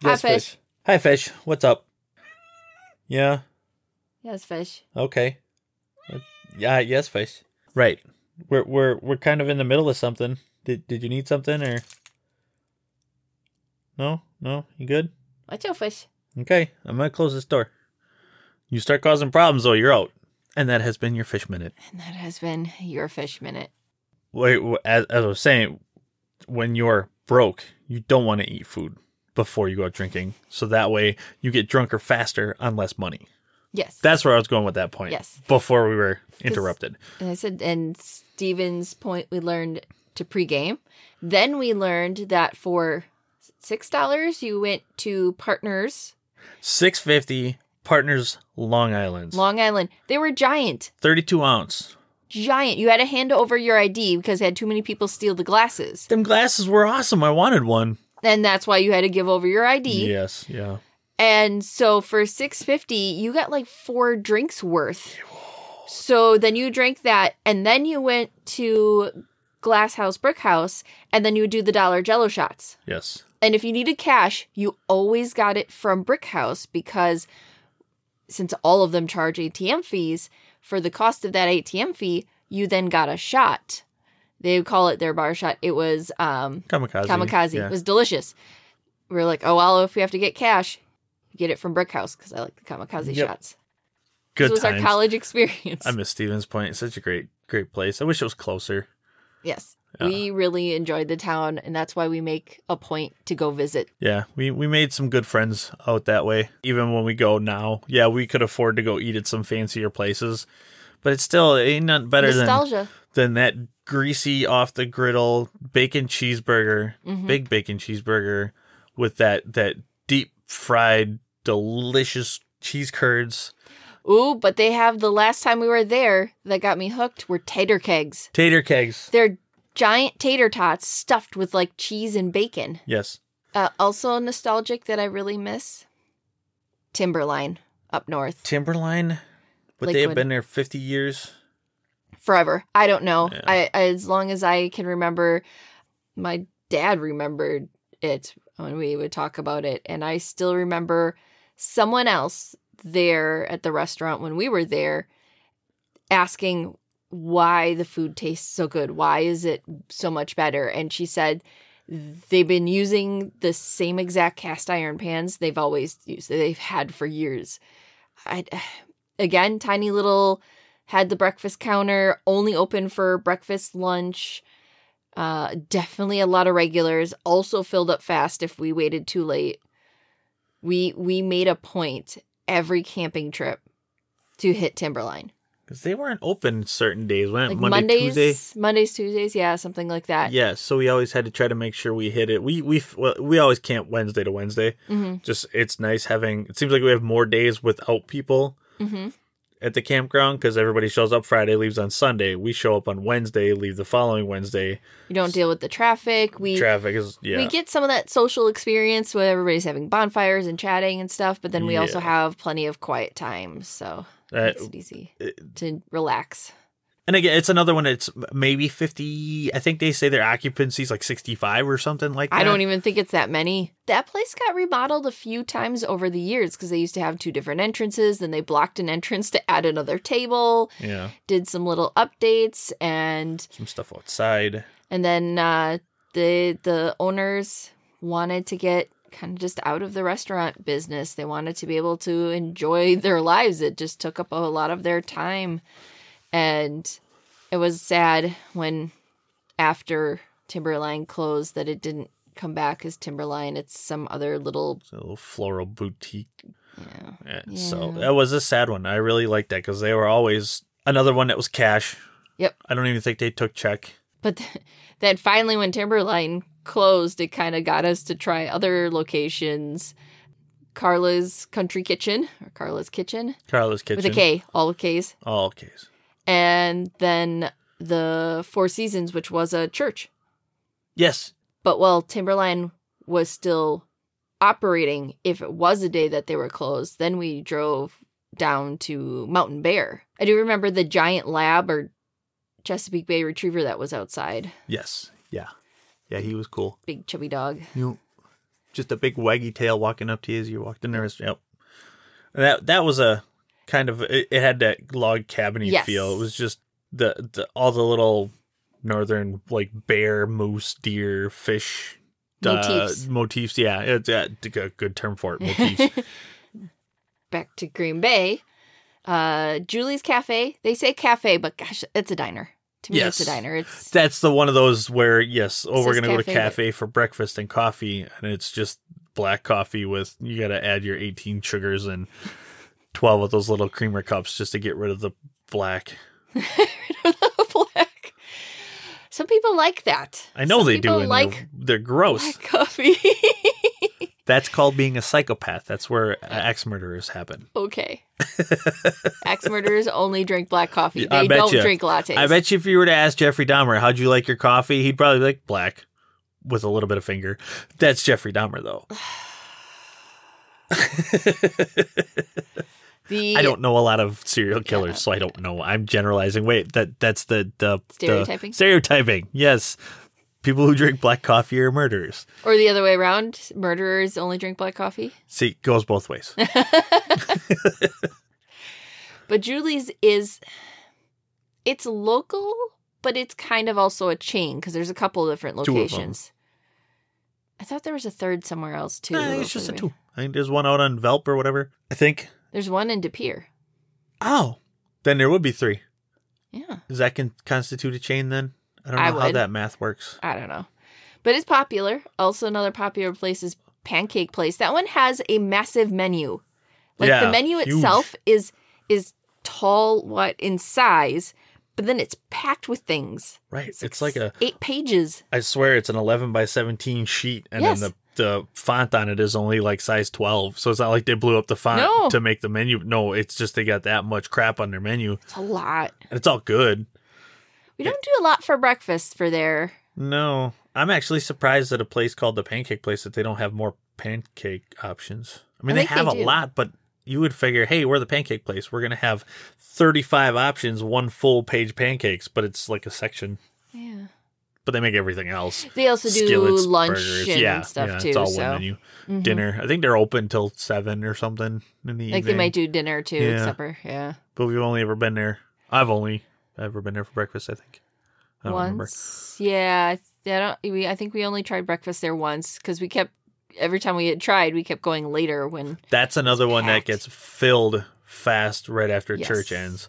Speaker 2: yes,
Speaker 1: Hi, fish.
Speaker 2: Hi, fish. What's up? Yeah.
Speaker 1: Yes, fish.
Speaker 2: Okay. Uh, Yeah. Yes, fish. Right. We're we're we're kind of in the middle of something. Did did you need something or? No. No. You good?
Speaker 1: Watch out, fish.
Speaker 2: Okay, I'm gonna close this door. You start causing problems, though, you're out. And that has been your fish minute.
Speaker 1: And that has been your fish minute.
Speaker 2: Wait, wh- as, as I was saying, when you're broke, you don't want to eat food before you go out drinking, so that way you get drunker faster on less money.
Speaker 1: Yes.
Speaker 2: That's where I was going with that point.
Speaker 1: Yes.
Speaker 2: Before we were interrupted.
Speaker 1: and I said and Steven's point we learned to pregame. Then we learned that for six dollars you went to partners,
Speaker 2: Six fifty partners, Long Island,
Speaker 1: Long Island. They were giant.
Speaker 2: thirty-two ounce.
Speaker 1: Giant. You had to hand over your ID because they had too many people steal the glasses.
Speaker 2: Them glasses were awesome. I wanted one.
Speaker 1: And that's why you had to give over your ID.
Speaker 2: Yes. Yeah.
Speaker 1: And so for 650, you got like four drinks worth. So then you drank that and then you went to Glass House Brick House and then you would do the dollar jello shots.
Speaker 2: Yes.
Speaker 1: And if you needed cash, you always got it from Brick House because since all of them charge ATM fees, for the cost of that ATM fee, you then got a shot. They would call it their bar shot. It was um
Speaker 2: Kamikaze.
Speaker 1: kamikaze.
Speaker 2: Yeah.
Speaker 1: It was delicious. We were like, oh well, if we have to get cash, get it from Brick House because I like the kamikaze
Speaker 2: Yep.
Speaker 1: shots.
Speaker 2: Good
Speaker 1: this was
Speaker 2: times.
Speaker 1: our college experience.
Speaker 2: I miss Stevens Point. It's such a great, great place. I wish it was closer.
Speaker 1: yes,
Speaker 2: Yeah.
Speaker 1: we really enjoyed the town, and that's why we make a point to go visit.
Speaker 2: Yeah, we, we made some good friends out that way. Even when we go now, yeah, we could afford to go eat at some fancier places, but it's still it ain't nothing better than
Speaker 1: Nostalgia.
Speaker 2: than that greasy off the griddle bacon cheeseburger,
Speaker 1: Mm-hmm.
Speaker 2: big bacon cheeseburger with that that deep fried delicious cheese curds,
Speaker 1: Ooh, but they have the last time we were there that got me hooked were tater kegs.
Speaker 2: tater kegs.
Speaker 1: They're giant tater tots stuffed with like cheese and bacon.
Speaker 2: Yes,
Speaker 1: Uh, also nostalgic that I really miss Timberline up north.
Speaker 2: Timberline. Would they have
Speaker 1: Lakewood.
Speaker 2: been there fifty years?
Speaker 1: forever. I don't know.
Speaker 2: Yeah.
Speaker 1: I as long as I can remember, my dad remembered it when we would talk about it, and I still remember someone else there at the restaurant when we were there asking why the food tastes so good. Why is it so much better? And she said they've been using the same exact cast iron pans they've always used, that they've had for years. I, again, tiny little had the breakfast counter, only open for breakfast, lunch. Uh, definitely a lot of regulars. Also filled up fast if we waited too late. We we made a point every camping trip to hit Timberline.
Speaker 2: Because they weren't open certain days, when
Speaker 1: Like
Speaker 2: Monday,
Speaker 1: Mondays,
Speaker 2: Tuesday.
Speaker 1: Mondays, Tuesdays, yeah, something like that.
Speaker 2: Yeah, so we always had to try to make sure we hit it. We we well, we always camp Wednesday to Wednesday.
Speaker 1: Mhm.
Speaker 2: Just it's nice having. It seems like we have more days without people
Speaker 1: hmm
Speaker 2: at the campground because everybody shows up Friday, leaves on Sunday. We show up on Wednesday, leave the following Wednesday.
Speaker 1: You don't deal with the traffic. We
Speaker 2: Traffic is yeah.
Speaker 1: we get some of that social experience where everybody's having bonfires and chatting and stuff, but then we also
Speaker 2: Yeah.
Speaker 1: have plenty of quiet time, so it
Speaker 2: Uh,
Speaker 1: makes it easy to relax.
Speaker 2: and again, it's another one. that's maybe fifty. I think they say their occupancy's like sixty-five or something like that.
Speaker 1: I don't even think it's that many. That place got remodeled a few times over the years because they used to have two different entrances, then they blocked an entrance to add another table,
Speaker 2: Yeah,
Speaker 1: did some little updates, and
Speaker 2: some stuff outside.
Speaker 1: and then uh, the the owners wanted to get kind of just out of the restaurant business. They wanted to be able to enjoy their lives. It just took up a lot of their time, and it was sad when after Timberline closed that it didn't come back as Timberline. It's some other little
Speaker 2: It's a little floral boutique
Speaker 1: yeah.
Speaker 2: Yeah. So
Speaker 1: Yeah.
Speaker 2: that was a sad one. I really liked that because they were always another one that was cash.
Speaker 1: Yep.
Speaker 2: I don't even think they took check.
Speaker 1: But th- then finally, when Timberline closed, it kind of got us to try other locations. Carla's Country Kitchen, or Carla's Kitchen,
Speaker 2: Carla's Kitchen.
Speaker 1: with a K, all with Ks.
Speaker 2: All K's.
Speaker 1: And then the Four Seasons, which was a church.
Speaker 2: Yes.
Speaker 1: But while Timberline was still operating, if it was a day that they were closed, then we drove down to Mountain Bear. I do remember the giant lab or Chesapeake Bay retriever that was outside.
Speaker 2: Yes. Yeah. Yeah, he was cool.
Speaker 1: Big chubby dog.
Speaker 2: You just a big waggy tail walking up to you as you walked in there. Yep. That that was a kind of it, it had that log cabiny
Speaker 1: Yes.
Speaker 2: feel. It was just the, the all the little northern like bear, moose, deer, fish uh,
Speaker 1: Motifs.
Speaker 2: motifs. Yeah, it's uh, a good term for it. Motifs.
Speaker 1: back to Green Bay, uh, Julie's Cafe. They say cafe, but gosh, it's a diner. To me, it's
Speaker 2: Yes.
Speaker 1: a diner. It's
Speaker 2: That's the one of those where yes, oh,
Speaker 1: It
Speaker 2: we're
Speaker 1: says
Speaker 2: gonna go to
Speaker 1: cafe, but-
Speaker 2: cafe for breakfast and coffee, and it's just black coffee with you gotta add your eighteen sugars and twelve of those little creamer cups just to get rid of the black.
Speaker 1: black. Some people like that.
Speaker 2: I know
Speaker 1: Some
Speaker 2: they do,
Speaker 1: people
Speaker 2: and
Speaker 1: like
Speaker 2: they're, they're gross.
Speaker 1: black coffee.
Speaker 2: That's called being a psychopath. That's where uh, axe murderers happen.
Speaker 1: okay. Axe murderers only drink black coffee.
Speaker 2: Yeah,
Speaker 1: They
Speaker 2: I bet
Speaker 1: don't
Speaker 2: ya.
Speaker 1: drink lattes.
Speaker 2: I bet you if you were to ask Jeffrey Dahmer, "How'd you like your coffee?" he'd probably be like black with a little bit of finger. That's Jeffrey Dahmer, though.
Speaker 1: the
Speaker 2: I don't know a lot of serial killers,
Speaker 1: Yeah.
Speaker 2: so I don't know. I'm generalizing. Wait, that that's the the the-
Speaker 1: Stereotyping?
Speaker 2: stereotyping. Yes, people who drink black coffee are murderers.
Speaker 1: or the other way around. Murderers only drink black coffee.
Speaker 2: See, it goes both ways.
Speaker 1: But Julie's is it's local, but it's kind of also a chain because there's a couple of different
Speaker 2: Two of 'em.
Speaker 1: locations. I thought there was a third somewhere else too.
Speaker 2: Nah, it's just a
Speaker 1: Wait,
Speaker 2: two. I think there's one out on Velp or whatever. I think.
Speaker 1: There's one in De Pere.
Speaker 2: Oh, then there would be three.
Speaker 1: Yeah,
Speaker 2: Does that can constitute a chain? Then I don't know
Speaker 1: I
Speaker 2: how
Speaker 1: would.
Speaker 2: that math works.
Speaker 1: I don't know, but it's popular. Also, another popular place is Pancake Place. That one has a massive menu. Like
Speaker 2: Yeah,
Speaker 1: the menu
Speaker 2: huge.
Speaker 1: itself is is tall, what in size, but then it's packed with things.
Speaker 2: Right. It's like a.
Speaker 1: eight pages.
Speaker 2: I swear it's an 11 by 17 sheet, and
Speaker 1: Yes.
Speaker 2: then the the font on it is only like size 12. So it's not like they blew up the font
Speaker 1: No.
Speaker 2: to make the menu. No, it's just they got that much crap on their menu,
Speaker 1: It's a lot.
Speaker 2: and it's all good.
Speaker 1: We don't do a lot for breakfast for there.
Speaker 2: No, I'm actually surprised at a place called the Pancake Place that they don't have more pancake options. I mean,
Speaker 1: I
Speaker 2: they
Speaker 1: think they
Speaker 2: have a
Speaker 1: do.
Speaker 2: lot, but you would figure, hey, we're the Pancake Place. We're gonna have 35 options, one full page pancakes, but it's like a section.
Speaker 1: Yeah.
Speaker 2: but they make everything else.
Speaker 1: They also do
Speaker 2: Skillets,
Speaker 1: lunch
Speaker 2: burgers.
Speaker 1: and
Speaker 2: yeah,
Speaker 1: stuff
Speaker 2: yeah,
Speaker 1: too.
Speaker 2: It's all
Speaker 1: so
Speaker 2: one menu.
Speaker 1: Mhm.
Speaker 2: Dinner. I think they're open till seven or something in the evening.
Speaker 1: like they might do dinner too, and
Speaker 2: Yeah.
Speaker 1: supper. Yeah,
Speaker 2: but we've only ever been there. I've only ever been there for breakfast. I think. I don't remember.
Speaker 1: once. Yeah, I th- I don't. We I think we only tried breakfast there once because we kept every time we had tried, we kept going later when
Speaker 2: That's another one that
Speaker 1: packed.
Speaker 2: gets filled fast right after
Speaker 1: Yes.
Speaker 2: church ends.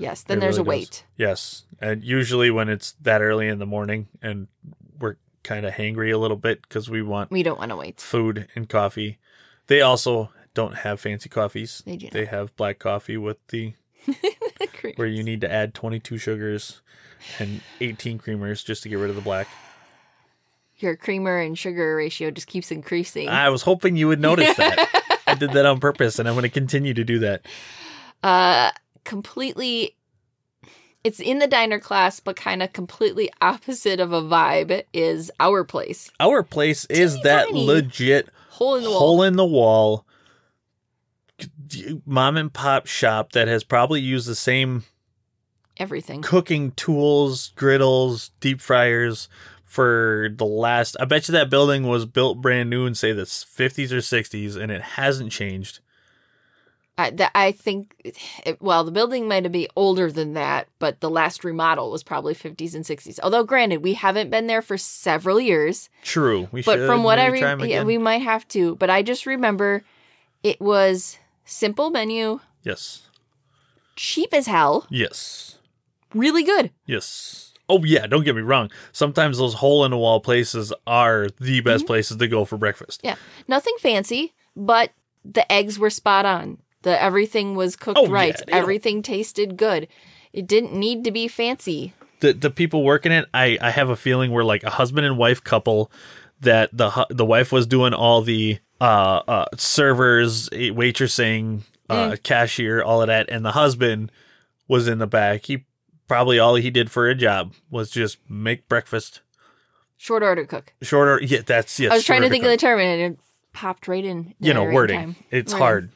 Speaker 1: yes. Then
Speaker 2: It
Speaker 1: there's
Speaker 2: really
Speaker 1: a
Speaker 2: does.
Speaker 1: wait.
Speaker 2: Yes. And usually when it's that early in the morning and we're kind of hangry a little bit because we want
Speaker 1: We don't want to wait.
Speaker 2: food and coffee. They also don't have fancy coffees.
Speaker 1: They do.
Speaker 2: They have black coffee with the
Speaker 1: not.
Speaker 2: where you need to add 22 sugars and 18 creamers just to get rid of the black.
Speaker 1: your creamer and sugar ratio just keeps increasing.
Speaker 2: I was hoping you would notice that. I did that on purpose and I'm going to continue to do that.
Speaker 1: uh completely it's in the diner class but kind of completely opposite of a vibe is our place
Speaker 2: Our place is
Speaker 1: Teeny
Speaker 2: that
Speaker 1: tiny.
Speaker 2: legit
Speaker 1: hole in the wall
Speaker 2: hole in the wall mom and pop shop that has probably used the same
Speaker 1: everything
Speaker 2: cooking tools, griddles, deep fryers for the last. I bet you that building was built brand new in say the 50s or 60s, and it hasn't changed.
Speaker 1: I, that I think it, well the building might be older than that but the last remodel was probably 50s and 60s although granted we haven't been there for several years
Speaker 2: True, we
Speaker 1: but
Speaker 2: should.
Speaker 1: from what I
Speaker 2: maybe try 'em
Speaker 1: re- yeah,
Speaker 2: again.
Speaker 1: we might have to but I just remember it was simple menu
Speaker 2: yes,
Speaker 1: cheap as hell
Speaker 2: yes,
Speaker 1: really good
Speaker 2: yes. Oh yeah, don't get me wrong. Sometimes those hole in the wall places are the
Speaker 1: Mm-hmm.
Speaker 2: best places to go for breakfast.
Speaker 1: Yeah. Nothing fancy, but the eggs were spot on. The everything was cooked
Speaker 2: Oh, yeah,
Speaker 1: right.
Speaker 2: they don't-
Speaker 1: everything tasted good. It didn't need to be fancy.
Speaker 2: the the people working it, I I have a feeling we're like a husband and wife couple that the hu- the wife was doing all the uh, uh servers, eh, waitressing, uh,
Speaker 1: Mm.
Speaker 2: cashier, all of that, and the husband was in the back. He probably all he did for a job was just make breakfast,
Speaker 1: Short order cook.
Speaker 2: shorter. Yeah, that's yes.
Speaker 1: I was trying to
Speaker 2: shorter
Speaker 1: think of the term and it popped right in.
Speaker 2: you know
Speaker 1: there in
Speaker 2: wording.
Speaker 1: time.
Speaker 2: It's
Speaker 1: Wording.
Speaker 2: hard.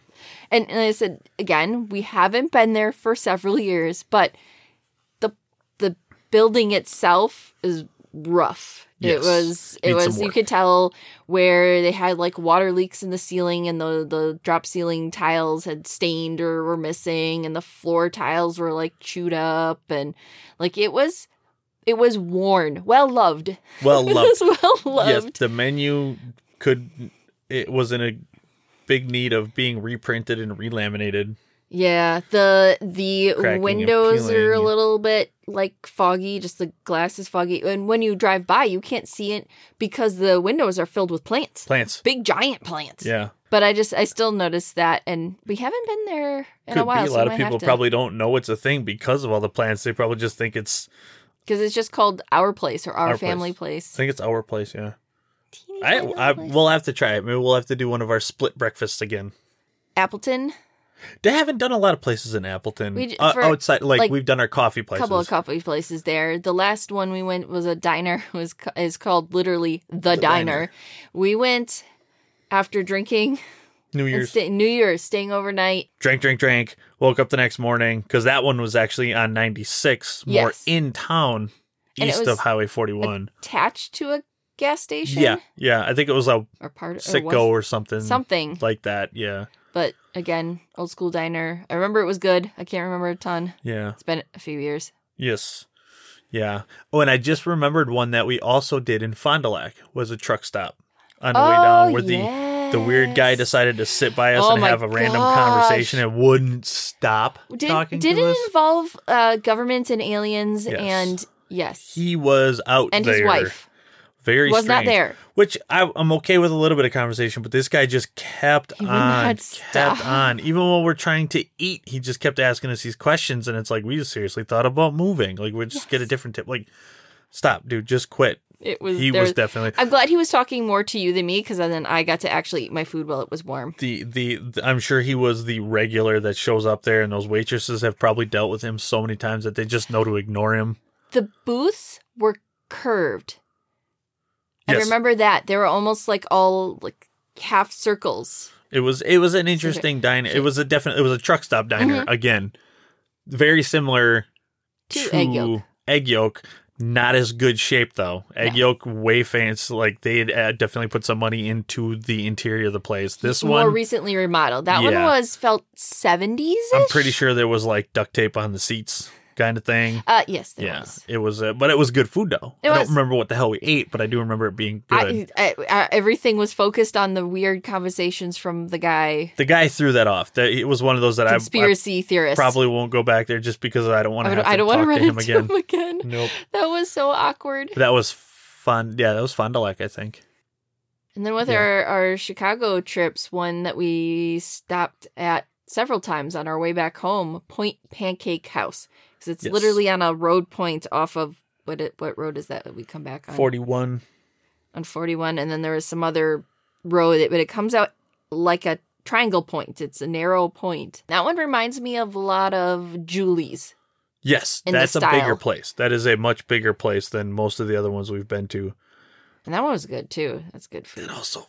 Speaker 1: And, and I said again, we haven't been there for several years, but the the building itself is rough.
Speaker 2: Yes.
Speaker 1: It was it
Speaker 2: Needs some
Speaker 1: was you
Speaker 2: work.
Speaker 1: could tell where they had like water leaks in the ceiling and the the drop ceiling tiles had stained or were missing and the floor tiles were like chewed up and like it was it was worn, well loved.
Speaker 2: Well
Speaker 1: It
Speaker 2: loved.
Speaker 1: was well
Speaker 2: yes,
Speaker 1: loved.
Speaker 2: the menu could it was in a big need of being reprinted and relaminated.
Speaker 1: Yeah, the the
Speaker 2: Cracking and
Speaker 1: windows are a
Speaker 2: peeling.
Speaker 1: little bit like foggy, just the glass is foggy. And when you drive by, you can't see it because the windows are filled with plants.
Speaker 2: Plants.
Speaker 1: Big giant plants.
Speaker 2: Yeah.
Speaker 1: But I just I still noticed that and we haven't been there in a
Speaker 2: Could
Speaker 1: while.
Speaker 2: be. A
Speaker 1: so
Speaker 2: lot
Speaker 1: we
Speaker 2: of
Speaker 1: might have
Speaker 2: people
Speaker 1: to-
Speaker 2: probably don't know it's a thing because of all the plants. They probably just think it's
Speaker 1: because it's just called our place or our,
Speaker 2: Our Place.
Speaker 1: family place.
Speaker 2: think it's our place. Yeah,
Speaker 1: Teeny
Speaker 2: I,
Speaker 1: tiny little
Speaker 2: I
Speaker 1: place.
Speaker 2: we'll have to try it. Maybe we'll have to do one of our split breakfasts again.
Speaker 1: Appleton,
Speaker 2: They haven't done a lot of places in Appleton
Speaker 1: We j-
Speaker 2: uh,
Speaker 1: for,
Speaker 2: outside. Like,
Speaker 1: like,
Speaker 2: we've done our coffee
Speaker 1: a
Speaker 2: places.
Speaker 1: couple of coffee places there. The last one we went was a diner was ca- is called literally the,
Speaker 2: Diner.
Speaker 1: diner. We went after drinking
Speaker 2: New
Speaker 1: And
Speaker 2: Year's
Speaker 1: stay- New Year's, staying overnight.
Speaker 2: drank, drank, drank. Woke up the next morning because that one was actually on ninety six, more
Speaker 1: Yes.
Speaker 2: in town,
Speaker 1: And it
Speaker 2: east
Speaker 1: was
Speaker 2: of Highway forty one.
Speaker 1: Attached to a gas station?
Speaker 2: Yeah, yeah. I think it was a
Speaker 1: Or part of
Speaker 2: sicko or
Speaker 1: or
Speaker 2: something,
Speaker 1: was something.
Speaker 2: like that. Yeah,
Speaker 1: But again, old school diner. I remember it was good. I can't remember a ton.
Speaker 2: yeah.
Speaker 1: It's been a few years.
Speaker 2: Yes. Yeah. Oh, and I just remembered one that we also did in Fond du Lac was a truck stop on the way down where the, the weird guy
Speaker 1: Oh, yes.
Speaker 2: decided to sit by us
Speaker 1: Oh
Speaker 2: and
Speaker 1: my
Speaker 2: have a random
Speaker 1: gosh.
Speaker 2: conversation and wouldn't stop talking
Speaker 1: Did, did
Speaker 2: to
Speaker 1: it
Speaker 2: us.
Speaker 1: involve uh, governments and aliens?
Speaker 2: Yes.
Speaker 1: And yes.
Speaker 2: He was out
Speaker 1: and
Speaker 2: there.
Speaker 1: his wife
Speaker 2: Very
Speaker 1: was not
Speaker 2: strange.
Speaker 1: there.
Speaker 2: Which I, I'm okay with a little bit of conversation, but this guy just kept
Speaker 1: He would
Speaker 2: on,
Speaker 1: not
Speaker 2: kept
Speaker 1: stop.
Speaker 2: on. Even while we're trying to eat, he just kept asking us these questions, and it's like we just seriously thought about moving. Like we just get a
Speaker 1: Yes.
Speaker 2: different tip. Like, stop, dude, just quit.
Speaker 1: It was,
Speaker 2: He
Speaker 1: there.
Speaker 2: was definitely.
Speaker 1: I'm glad he was talking more to you than me because then I got to actually eat my food while it was warm.
Speaker 2: the the the- I'm sure he was the regular that shows up there, and those waitresses have probably dealt with him so many times that they just know to ignore him.
Speaker 1: the booths were curved. I
Speaker 2: Yes.
Speaker 1: remember that they were almost like all like half circles.
Speaker 2: It was it was an interesting diner. It was a definite. It was a truck stop diner again, very similar
Speaker 1: Mm-hmm. To
Speaker 2: to,
Speaker 1: egg yolk.
Speaker 2: egg yolk. Not as good shape though. Egg
Speaker 1: No.
Speaker 2: yolk way fancy. Like they had uh, definitely put some money into the interior of the place. This
Speaker 1: more
Speaker 2: one,
Speaker 1: recently remodeled. That one
Speaker 2: Yeah.
Speaker 1: was felt 70s.
Speaker 2: I'm pretty sure there was like duct tape on the seats kind of thing.
Speaker 1: Uh, yes, there
Speaker 2: yeah,
Speaker 1: was.
Speaker 2: it was, uh, but it was good food though.
Speaker 1: It
Speaker 2: I
Speaker 1: was.
Speaker 2: don't remember what the hell we ate, but I do remember it being good.
Speaker 1: I, I, I, everything was focused on the weird conversations from the guy,
Speaker 2: the guy threw that off. That it was one of those that I- I,
Speaker 1: conspiracy theorist.
Speaker 2: probably won't go back there just because I don't want
Speaker 1: I
Speaker 2: to.
Speaker 1: don't,
Speaker 2: I don't
Speaker 1: want to
Speaker 2: talk
Speaker 1: run
Speaker 2: to him
Speaker 1: into
Speaker 2: again.
Speaker 1: him again.
Speaker 2: Nope.
Speaker 1: That was so awkward.
Speaker 2: That was fun. Yeah, that was Fond du Lac, I think.
Speaker 1: And then with
Speaker 2: Yeah.
Speaker 1: our, our Chicago trips, one that we stopped at several times on our way back home, Point Pancake House, because it's
Speaker 2: Yes.
Speaker 1: literally on a road point off of what it, what road is that that we come back on?
Speaker 2: 41.
Speaker 1: on 41 and then there was some other road that, but it comes out like a triangle point it's a narrow point that one reminds me of a lot of julie's
Speaker 2: Yes,
Speaker 1: In the
Speaker 2: that's a
Speaker 1: style.
Speaker 2: bigger place. That is a much bigger place than most of the other ones we've been to.
Speaker 1: and that one was good too that's good food
Speaker 2: It also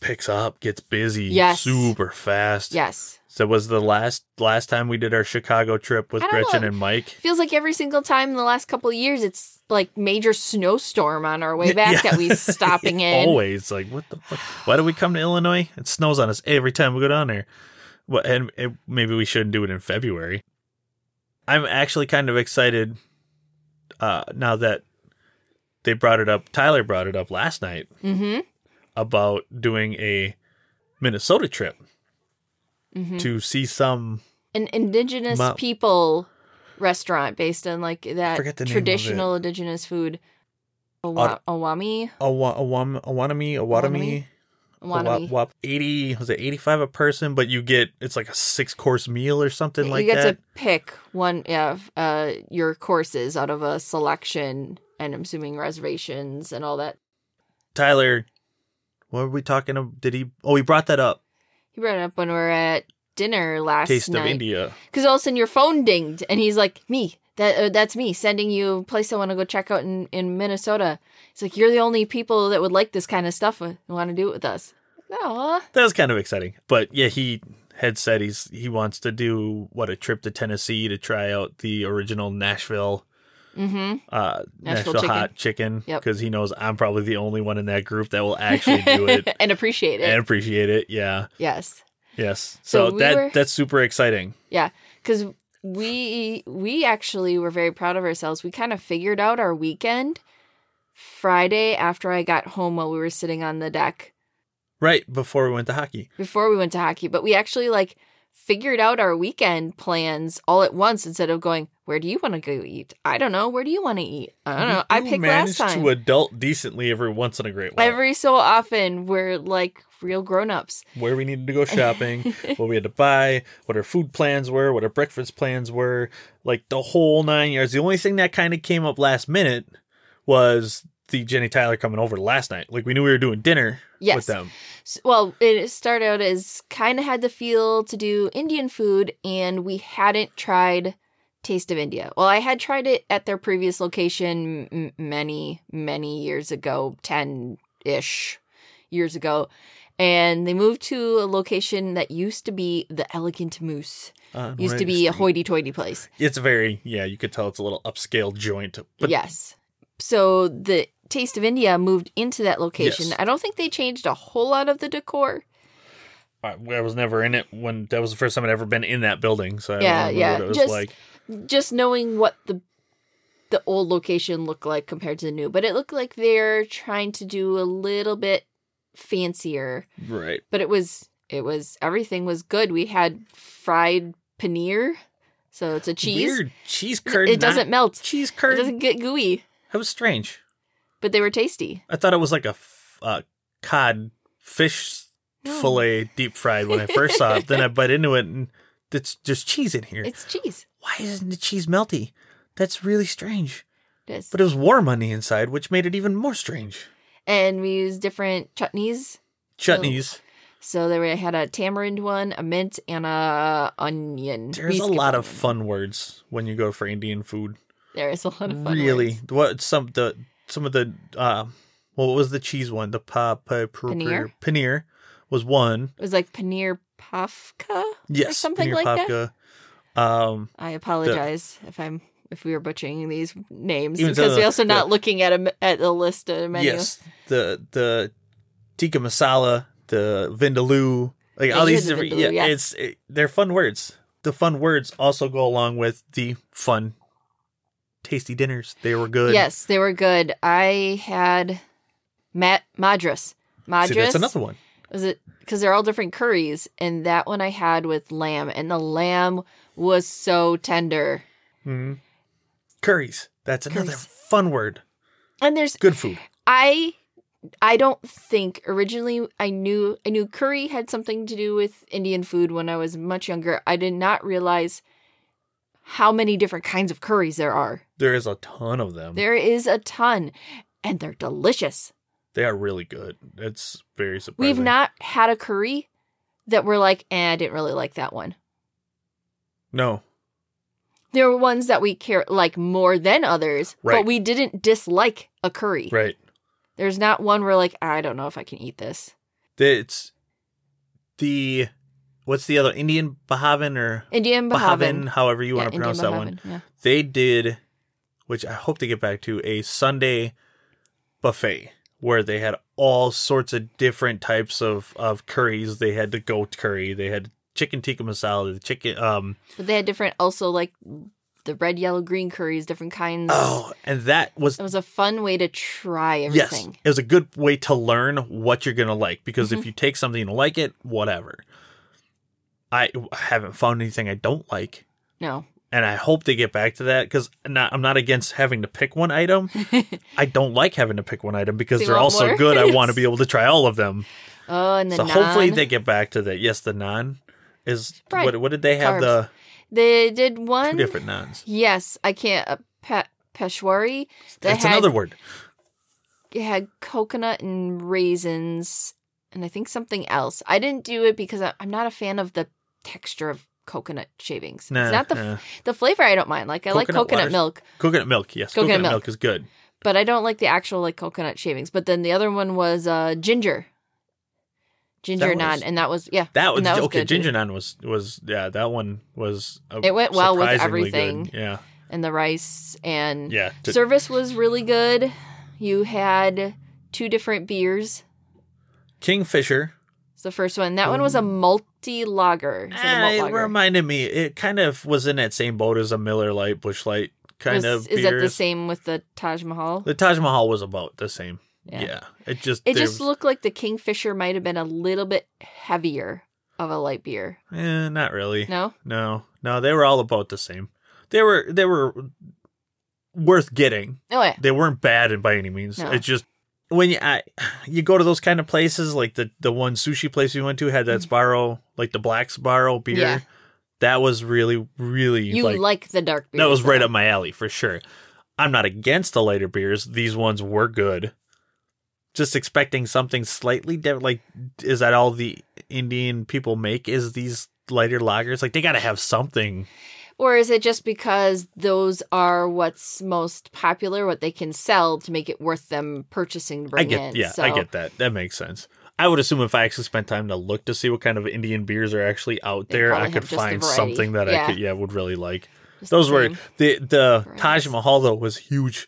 Speaker 2: picks up, gets busy
Speaker 1: Yes.
Speaker 2: super fast.
Speaker 1: yes
Speaker 2: So was the last last time we did our Chicago trip with
Speaker 1: I don't
Speaker 2: Gretchen
Speaker 1: know.
Speaker 2: and Mike.
Speaker 1: feels like every single time in the last couple of years it's like major snowstorm on our way back
Speaker 2: Yeah.
Speaker 1: that we stopping in
Speaker 2: Always like what the fuck? Why do we come to Illinois? It snows on us every time we go down there. Well, and it, maybe we shouldn't do it in February. I'm actually kind of excited uh, now that they brought it up. Tyler brought it up last night
Speaker 1: mm-hmm
Speaker 2: about doing a Minnesota trip
Speaker 1: mm-hmm
Speaker 2: to see some.
Speaker 1: an indigenous
Speaker 2: Ma-
Speaker 1: people restaurant based on like that
Speaker 2: forget the name of it.
Speaker 1: traditional indigenous food Awa- awami
Speaker 2: Awa- Awam- Awanami, Awatami,
Speaker 1: Awanami?
Speaker 2: Awap,
Speaker 1: Awanami.
Speaker 2: Wap- 80, was it 85 a person? But you get, it's like a six course meal or something like
Speaker 1: you get
Speaker 2: that.
Speaker 1: to pick one of uh, your courses out of a selection and i'm assuming reservations and all that
Speaker 2: Tyler, what were we talking about? Did he, oh, he brought that up.
Speaker 1: he brought it up when we were at dinner last
Speaker 2: Taste of
Speaker 1: night
Speaker 2: India.
Speaker 1: because all of a sudden your phone dinged and he's like me that uh, that's me sending you a place i want to go check out in, in minnesota it's like you're the only people that would like this kind of stuff and want to do it with us oh
Speaker 2: That was kind of exciting. But yeah, he had said he's he wants to do what a trip to Tennessee to try out the original Nashville
Speaker 1: mm-hmm
Speaker 2: uh Nashville,
Speaker 1: Nashville
Speaker 2: hot chicken
Speaker 1: Yep.
Speaker 2: because he knows I'm probably the only one in that group that will actually do it
Speaker 1: and appreciate it
Speaker 2: and appreciate it. Yeah.
Speaker 1: yes
Speaker 2: Yes. So,
Speaker 1: So we
Speaker 2: that
Speaker 1: were-
Speaker 2: that's super exciting.
Speaker 1: because we we actually were very proud of ourselves. We kind of figured out our weekend Friday after I got home while we were sitting on the deck
Speaker 2: Right before we went to hockey.
Speaker 1: before we went to hockey. But we actually like figured out our weekend plans all at once instead of going, "Where do you want to go eat? I don't know. Where do you want to eat? I don't know. I
Speaker 2: We do
Speaker 1: picked last
Speaker 2: manage
Speaker 1: time."
Speaker 2: to adult decently every once in a great while.
Speaker 1: Every so often, we're like real grown-ups.
Speaker 2: where we needed to go shopping, what we had to buy, what our food plans were, what our breakfast plans were, like the whole nine yards. The only thing that kind of came up last minute was the Jenny Tyler coming over last night. Like we knew we were doing dinner
Speaker 1: Yes.
Speaker 2: with them.
Speaker 1: S- well it started out as kind of had the feel to do indian food and we hadn't tried taste of india well i had tried it at their previous location m- m- many many years ago 10-ish years ago and they moved to a location that used to be the elegant moose
Speaker 2: on
Speaker 1: used to
Speaker 2: Rice
Speaker 1: be a
Speaker 2: Street.
Speaker 1: hoity-toity place
Speaker 2: Uh, It's very yeah. You could tell it's a little upscale joint, but
Speaker 1: yes. So the Taste of India moved into that location.
Speaker 2: Yes.
Speaker 1: I don't think they changed a whole lot of the decor.
Speaker 2: I, I was never in it when that was the first time I'd ever been in that building. So I don't
Speaker 1: Yeah,
Speaker 2: remember
Speaker 1: yeah,
Speaker 2: what it was
Speaker 1: just-
Speaker 2: like.
Speaker 1: just knowing what the the old location looked like compared to the new, but it looked like they're trying to do a little bit fancier.
Speaker 2: Right.
Speaker 1: But it was it was everything was good. We had fried paneer, so it's a cheese.
Speaker 2: Weird cheese curd.
Speaker 1: it doesn't
Speaker 2: not-
Speaker 1: melt.
Speaker 2: cheese
Speaker 1: It
Speaker 2: curd.
Speaker 1: doesn't get gooey,
Speaker 2: That was strange.
Speaker 1: but they were tasty.
Speaker 2: I thought it was like a f- uh, cod fish
Speaker 1: No.
Speaker 2: fillet deep fried when I first saw it. Then I bite into it and it's just cheese in here.
Speaker 1: It's cheese.
Speaker 2: Why isn't the cheese melty? That's really strange.
Speaker 1: It is.
Speaker 2: But it was warm on the inside, which made it even more strange.
Speaker 1: And we used different chutneys. Oh,
Speaker 2: Chutneys.
Speaker 1: So there we had a tamarind one, a mint, and a onion. We
Speaker 2: There's a
Speaker 1: skipped
Speaker 2: lot of
Speaker 1: one.
Speaker 2: fun words when you go for Indian food.
Speaker 1: There is a lot of fun.
Speaker 2: really,
Speaker 1: words.
Speaker 2: what some the some of the uh, what was the cheese one? The pa, pa, pr-
Speaker 1: Paneer?
Speaker 2: pr- paneer was one.
Speaker 1: It was like paneer pafka.
Speaker 2: Yes,
Speaker 1: something
Speaker 2: paneer
Speaker 1: like that?
Speaker 2: papka. Um,
Speaker 1: I apologize if I'm if we were butchering these names
Speaker 2: Even
Speaker 1: because
Speaker 2: so,
Speaker 1: we're also
Speaker 2: the-
Speaker 1: not looking at a m at the list of menu.
Speaker 2: Yes, the the tikka masala, the vindaloo, like
Speaker 1: Yeah,
Speaker 2: all
Speaker 1: you
Speaker 2: these
Speaker 1: had the
Speaker 2: different.
Speaker 1: vindaloo,
Speaker 2: yeah,
Speaker 1: yeah.
Speaker 2: it's it, they're fun words. The fun words also go along with the fun, tasty dinners. They were good.
Speaker 1: Yes, they were good. I had Matt Madras. Madras.
Speaker 2: See, that's another one.
Speaker 1: was it because they're all different curries and that one i had with lamb and the lamb was so tender
Speaker 2: Mhm. Curries. That's another
Speaker 1: Curries.
Speaker 2: fun word.
Speaker 1: and there's
Speaker 2: Good food.
Speaker 1: i i don't think originally i knew i knew curry had something to do with indian food when i was much younger i did not realize how many different kinds of curries there are
Speaker 2: There is a ton of them.
Speaker 1: there is a ton and they're delicious
Speaker 2: They are really good. It's very surprising.
Speaker 1: we've not had a curry that we're like eh, i didn't really like that one
Speaker 2: No,
Speaker 1: there were ones that we care like more than others,
Speaker 2: Right.
Speaker 1: but we didn't dislike a curry.
Speaker 2: right.
Speaker 1: There's not one where like I don't know if I can eat this.
Speaker 2: It's the what's the other Indian Bahavan or
Speaker 1: Indian
Speaker 2: Bahavan,
Speaker 1: Bahavan.
Speaker 2: however you want
Speaker 1: Yeah,
Speaker 2: to pronounce
Speaker 1: Indian
Speaker 2: that one.
Speaker 1: Bahavan, yeah.
Speaker 2: They did, which I hope to get back to, a Sunday buffet where they had all sorts of different types of of curries. They had the goat curry. They had chicken tikka masala. The chicken. Um.
Speaker 1: But they had different also like the red, yellow, green curries, different kinds.
Speaker 2: Oh, and that was
Speaker 1: It was a fun way to try
Speaker 2: Yes,
Speaker 1: everything. Mm-hmm.
Speaker 2: it was a good way to learn what you're gonna like because if you take something and like it, whatever. I haven't found anything I don't like,
Speaker 1: No.
Speaker 2: and I hope they get back to that because not, I'm not against having to pick one item. I don't like having to pick one item because
Speaker 1: So you
Speaker 2: they're all
Speaker 1: want
Speaker 2: so
Speaker 1: more?
Speaker 2: good. I want to be able to try all of them.
Speaker 1: Oh, and the
Speaker 2: so hopefully
Speaker 1: naan.
Speaker 2: they get back to that. Yes, the naan is
Speaker 1: Right.
Speaker 2: what? What did they have?
Speaker 1: Carbs. they did
Speaker 2: The
Speaker 1: one
Speaker 2: two different naans.
Speaker 1: Yes, I can't uh, pe- Peshwari. They
Speaker 2: That's
Speaker 1: had
Speaker 2: another word.
Speaker 1: it had coconut and raisins and I think something else. I didn't do it because I- I'm not a fan of the texture of coconut shavings.
Speaker 2: Nah,
Speaker 1: it's not the
Speaker 2: nah.
Speaker 1: the flavor I don't mind. Like I like
Speaker 2: Coconut
Speaker 1: coconut
Speaker 2: waters.
Speaker 1: milk,
Speaker 2: coconut milk. Yes, coconut,
Speaker 1: Coconut
Speaker 2: milk.
Speaker 1: milk.
Speaker 2: is good.
Speaker 1: but I don't like the actual like coconut shavings. But then the other one was uh ginger. Ginger
Speaker 2: That
Speaker 1: naan
Speaker 2: was-
Speaker 1: and that was yeah.
Speaker 2: That was,
Speaker 1: and that was
Speaker 2: okay.
Speaker 1: good,
Speaker 2: Ginger
Speaker 1: too.
Speaker 2: naan was was yeah. That one was. uh,
Speaker 1: It went well with
Speaker 2: surprisingly good.
Speaker 1: everything.
Speaker 2: Yeah,
Speaker 1: And the rice and
Speaker 2: yeah. T-
Speaker 1: service was really good. You had two different beers.
Speaker 2: Kingfisher.
Speaker 1: It's the first one. That one was a multi lager.
Speaker 2: Ah, it reminded me. It kind of was in that same boat as a Miller Light, Bush Light kind
Speaker 1: Was-
Speaker 2: of
Speaker 1: Is that the
Speaker 2: beers.
Speaker 1: same with the Taj Mahal?
Speaker 2: The Taj Mahal was about the same. Yeah,
Speaker 1: Yeah.
Speaker 2: it just
Speaker 1: It
Speaker 2: there
Speaker 1: just
Speaker 2: was-
Speaker 1: looked like the Kingfisher might have been a little bit heavier of a light beer.
Speaker 2: eh, not really.
Speaker 1: No?
Speaker 2: No, no, they were all about the same. They were they were worth getting.
Speaker 1: Oh, yeah.
Speaker 2: They weren't bad in- by any means.
Speaker 1: No.
Speaker 2: It's just when you I, you go to those kind of places, like the the one sushi place we went to had that Sbarro, like the black Sbarro beer.
Speaker 1: Mm-hmm. Yeah.
Speaker 2: That was really really
Speaker 1: You like,
Speaker 2: like
Speaker 1: the dark beer.
Speaker 2: that was right up my alley for sure. I'm not against the lighter beers. These ones were good. Just expecting something slightly different. Like, is that all the Indian people make? Is these lighter lagers? Like, they got to have something.
Speaker 1: Or is it just because those are what's most popular, what they can sell to make it worth them purchasing to
Speaker 2: I
Speaker 1: bring
Speaker 2: get,
Speaker 1: in?
Speaker 2: yeah,
Speaker 1: so,
Speaker 2: I get that. That makes sense. I would assume if I actually spent time to look to see what kind of Indian beers are actually out
Speaker 1: They
Speaker 2: there, I
Speaker 1: probably
Speaker 2: could
Speaker 1: have just the
Speaker 2: find
Speaker 1: variety.
Speaker 2: something that I
Speaker 1: Yeah. Mm-hmm.
Speaker 2: could, yeah, would really like.
Speaker 1: just
Speaker 2: Those
Speaker 1: the
Speaker 2: were
Speaker 1: same.
Speaker 2: the the
Speaker 1: Varieties.
Speaker 2: Taj Mahal though was huge.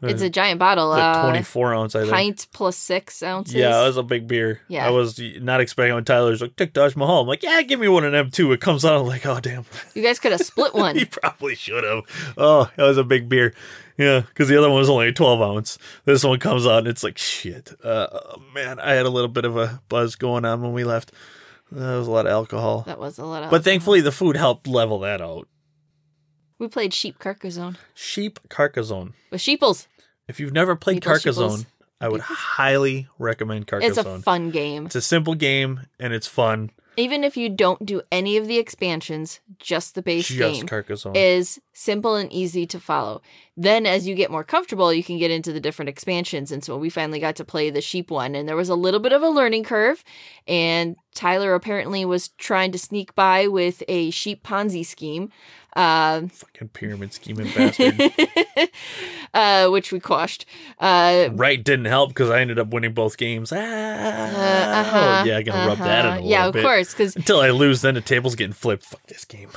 Speaker 1: It's a giant bottle.
Speaker 2: It's like
Speaker 1: Uh,
Speaker 2: 24 ounce, I think.
Speaker 1: pint plus six ounces.
Speaker 2: Yeah, it was a big beer.
Speaker 1: Yeah.
Speaker 2: I was not expecting when Tyler's like, take Taj Mahal. I'm like, yeah, give me one of them too. It comes out. I'm like, oh, damn.
Speaker 1: you guys could have split
Speaker 2: he
Speaker 1: one.
Speaker 2: probably should have. Oh, that was a big beer. Yeah, because the other one was only a 12 ounce. This one comes out and it's like, shit. Uh, oh, man, I had a little bit of a buzz going on when we left. That was a lot of alcohol.
Speaker 1: That was a lot of.
Speaker 2: But thankfully, the food helped level that out.
Speaker 1: we played Sheep Carcassonne
Speaker 2: Sheep Carcassonne.
Speaker 1: with sheeples.
Speaker 2: If you've never played
Speaker 1: Meatball
Speaker 2: Carcassonne,
Speaker 1: Sheeples.
Speaker 2: I would highly recommend Carcassonne.
Speaker 1: It's a fun game.
Speaker 2: it's a simple game and it's fun.
Speaker 1: Even if you don't do any of the expansions, just the base
Speaker 2: Just
Speaker 1: game
Speaker 2: Carcassonne.
Speaker 1: is simple and easy to follow. Then as you get more comfortable, you can get into the different expansions. And so we finally got to play the sheep one and there was a little bit of a learning curve and Tyler apparently was trying to sneak by with a sheep Ponzi scheme. Um
Speaker 2: Fucking pyramid scheming bastard.
Speaker 1: uh, which we quashed. Uh,
Speaker 2: right didn't help because I ended up winning both games. Ah, Oh,
Speaker 1: uh, uh-huh,
Speaker 2: yeah, I gotta rub that in a
Speaker 1: uh-huh.
Speaker 2: little
Speaker 1: Yeah, of
Speaker 2: bit.
Speaker 1: course, because
Speaker 2: Until I lose, then the table's getting flipped. Fuck this game.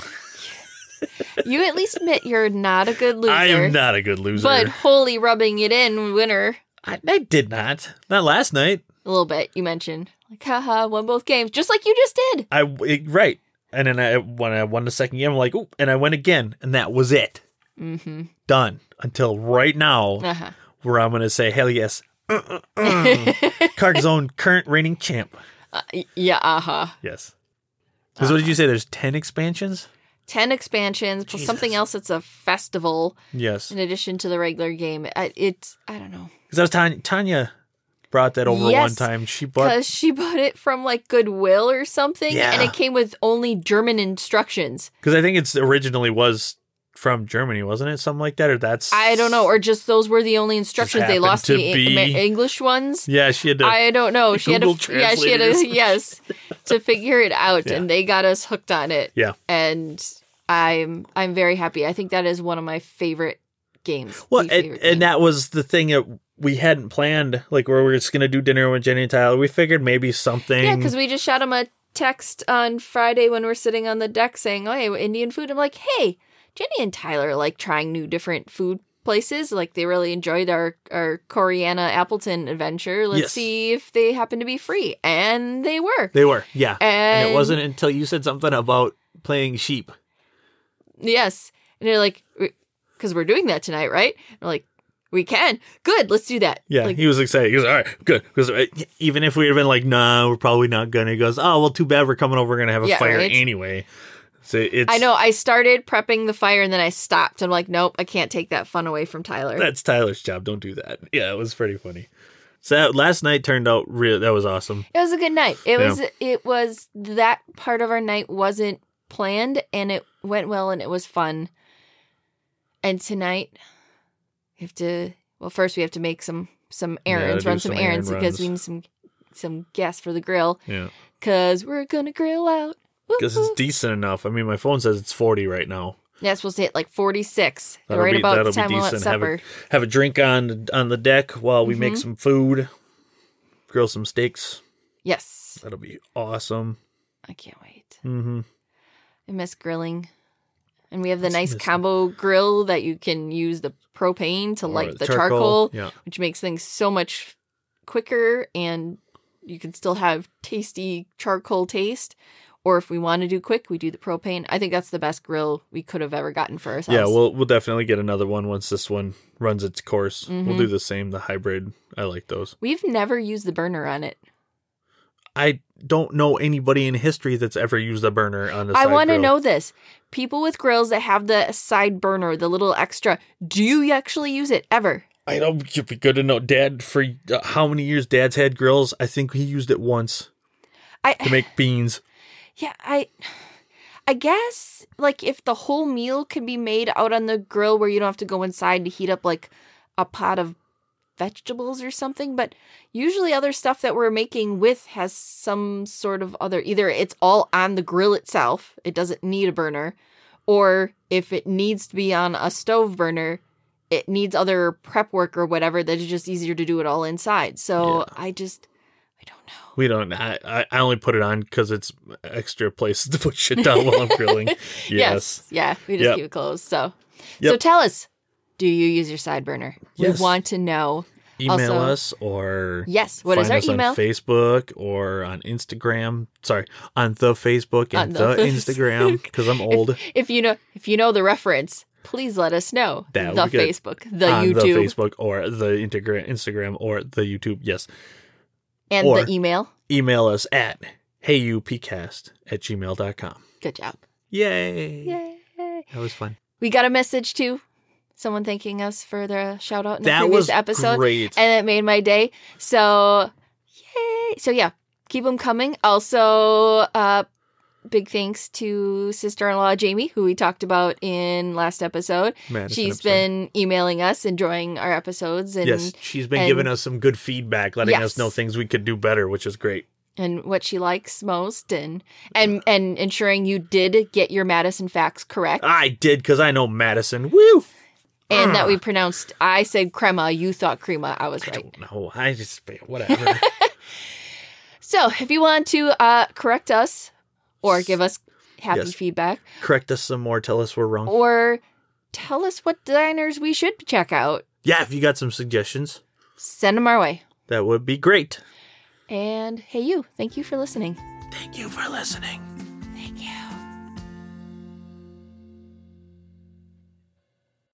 Speaker 1: You at least admit you're not a good loser.
Speaker 2: I am not a good loser.
Speaker 1: But wholly rubbing it in, winner.
Speaker 2: I, I did not. Not last night.
Speaker 1: A little bit, you mentioned. Like, haha, won both games, just like you just did.
Speaker 2: I it- right, and then I when I won the second game, I'm like, ooh, and I went again, and that was it.
Speaker 1: Mm-hmm.
Speaker 2: Done until right now,
Speaker 1: Uh-huh.
Speaker 2: where I'm gonna say, hell yes, Hmm. Carcassonne current reigning champ.
Speaker 1: Uh, y- yeah, uh-huh.
Speaker 2: Yes. Because what did you say? There's ten expansions.
Speaker 1: Ten expansions, plus something
Speaker 2: Jesus.
Speaker 1: else that's a festival
Speaker 2: Yes.
Speaker 1: in addition to the regular game. I- It's, I don't know.
Speaker 2: Because I was Tanya, Tanya brought that over
Speaker 1: Yes,
Speaker 2: one time. She bought
Speaker 1: Because she bought it from like Goodwill or something, and
Speaker 2: Yeah.
Speaker 1: it came with only German instructions.
Speaker 2: because I think it's originally was from Germany, wasn't it? Something like that, or that's
Speaker 1: I don't know, or just those were the only instructions they
Speaker 2: happened
Speaker 1: lost
Speaker 2: to
Speaker 1: the E-
Speaker 2: be-
Speaker 1: Amer- English ones.
Speaker 2: yeah, she had to.
Speaker 1: I don't know. She had
Speaker 2: Google
Speaker 1: a yeah, she had a
Speaker 2: translators.
Speaker 1: yes to figure it out, and they got us hooked on it.
Speaker 2: Yeah.
Speaker 1: and I'm I'm very happy. I think that is one of my favorite games.
Speaker 2: Well,
Speaker 1: the
Speaker 2: and,
Speaker 1: favorite game.
Speaker 2: and that was the thing that we hadn't planned, like where we were just gonna do dinner with Jenny and Tyler. We figured maybe something.
Speaker 1: yeah, because we just shot him a text on Friday when we're sitting on the deck saying, "Oh, hey, Indian food." I'm like, "Hey, Jenny and Tyler like trying new different food." Places like they really enjoyed our our Coriana Appleton adventure. Let's
Speaker 2: Yes.
Speaker 1: see if they happen to be free, and they were.
Speaker 2: they were, yeah.
Speaker 1: And,
Speaker 2: until you said something about playing sheep.
Speaker 1: Yes. And they're like, because we're doing that tonight, right? And we're like, we can. Good. Let's do that.
Speaker 2: Yeah,
Speaker 1: Like,
Speaker 2: he was excited. He was all right, good. Because uh, even if we had been like, no, we're probably not gonna. He goes, oh well, too bad. We're coming over. We're gonna have a
Speaker 1: Yeah,
Speaker 2: fire
Speaker 1: right.
Speaker 2: anyway. So it's
Speaker 1: I know. I started prepping the fire and then I stopped. I'm like, nope, I can't take that fun away from Tyler.
Speaker 2: that's Tyler's job. Don't do that. Yeah, it was pretty funny. So that, last night turned out real. That was awesome.
Speaker 1: it was a good night. It
Speaker 2: Yeah.
Speaker 1: was. It was that part of our night wasn't planned and it went well and it was fun. And tonight, we have to. Well, first we have to make some some
Speaker 2: Yeah,
Speaker 1: errands,
Speaker 2: do
Speaker 1: run some,
Speaker 2: some errand
Speaker 1: errands because we
Speaker 2: runs.
Speaker 1: need some some gas for the grill
Speaker 2: Yeah,
Speaker 1: because we're gonna grill out.
Speaker 2: because
Speaker 1: Woo-hoo.
Speaker 2: it's decent enough. I mean, my phone says it's forty right now.
Speaker 1: Yeah, it's supposed to hit like 46.
Speaker 2: That'll
Speaker 1: right
Speaker 2: be-
Speaker 1: about the
Speaker 2: that'll be
Speaker 1: time we'll have
Speaker 2: decent. Have
Speaker 1: supper.
Speaker 2: a- have a drink on on the deck while we make
Speaker 1: Mhm.
Speaker 2: some food, grill some steaks.
Speaker 1: Yes.
Speaker 2: That'll be awesome.
Speaker 1: I can't wait.
Speaker 2: hmm
Speaker 1: I miss grilling. And we have the
Speaker 2: That's
Speaker 1: nice
Speaker 2: missing.
Speaker 1: combo grill that you can use the propane to light the charcoal,
Speaker 2: Yeah,
Speaker 1: which makes things so much quicker and you can still have tasty charcoal taste. Or if we want to do quick, we do the propane. I think that's the best grill we could have ever gotten for ourselves.
Speaker 2: yeah. We'll we'll definitely get another one once this one runs its course.
Speaker 1: Mhm.
Speaker 2: We'll do the same. The hybrid. I like those.
Speaker 1: We've never used the burner on it.
Speaker 2: I don't know anybody in history that's ever used a burner on a
Speaker 1: I
Speaker 2: want
Speaker 1: to know this. People with grills that have the side burner, the little extra, do you actually use it ever?
Speaker 2: I don't. It'd be good to know, Dad. For uh, how many years Dad's had grills? I think he used it once to
Speaker 1: I
Speaker 2: make beans.
Speaker 1: yeah, I I guess like if the whole meal can be made out on the grill where you don't have to go inside to heat up like a pot of vegetables or something, but usually other stuff that we're making with has some sort of other either it's all on the grill itself, it doesn't need a burner, or if it needs to be on a stove burner, it needs other prep work or whatever that is just easier to do it all inside. So
Speaker 2: Yeah.
Speaker 1: I just I don't know.
Speaker 2: We don't. I, I- I only put it on because it's extra places to put shit down while I'm grilling. Yes.
Speaker 1: Yeah, we just
Speaker 2: Yep.
Speaker 1: keep it closed. So so
Speaker 2: Yep.
Speaker 1: tell us, do you use your side burner?
Speaker 2: Yes.
Speaker 1: We want to know.
Speaker 2: Email
Speaker 1: Also-
Speaker 2: us or
Speaker 1: Yes, what is
Speaker 2: find us
Speaker 1: our email?
Speaker 2: on Facebook or on Instagram. Sorry, on the Facebook
Speaker 1: On
Speaker 2: and
Speaker 1: the
Speaker 2: the, Instagram because I'm old.
Speaker 1: if you know if you know the reference, please let us know.
Speaker 2: That
Speaker 1: the
Speaker 2: would be good.
Speaker 1: Facebook, the
Speaker 2: on
Speaker 1: YouTube,
Speaker 2: the Facebook or the integra- Instagram or the YouTube. Yes.
Speaker 1: and
Speaker 2: or-
Speaker 1: the email.
Speaker 2: Email us at heyupcast at gmail.com.
Speaker 1: Good job.
Speaker 2: Yay.
Speaker 1: Yay.
Speaker 2: That was fun.
Speaker 1: We got a message too. Someone thanking us for the shout out in the
Speaker 2: that
Speaker 1: previous
Speaker 2: was
Speaker 1: episode.
Speaker 2: great.
Speaker 1: and it made my day. So, yay! So yeah, keep them coming. Also, uh, big thanks to sister-in-law Jamie, who we talked about in last episode.
Speaker 2: Madison
Speaker 1: She's
Speaker 2: episode.
Speaker 1: been emailing us, enjoying our episodes, and
Speaker 2: yes, she's been
Speaker 1: and-
Speaker 2: giving us some good feedback, letting
Speaker 1: Yes.
Speaker 2: us know things we could do better, which is great.
Speaker 1: and what she likes most, and and and ensuring you did get your Madison facts correct,
Speaker 2: I did because I know Madison. Woo!
Speaker 1: and that we
Speaker 2: ah.
Speaker 1: pronounced. I said crema, you thought crema. I was
Speaker 2: I
Speaker 1: right.
Speaker 2: don't know. I just whatever.
Speaker 1: So if you want to uh, correct us or give us happy
Speaker 2: Yes.
Speaker 1: feedback.
Speaker 2: Correct us some more. Tell us we're wrong.
Speaker 1: Or tell us what diners we should check out.
Speaker 2: Yeah, if you got some suggestions,
Speaker 1: Send them our way.
Speaker 2: that would be great.
Speaker 1: And hey, you, thank you for listening.
Speaker 2: Thank you for listening.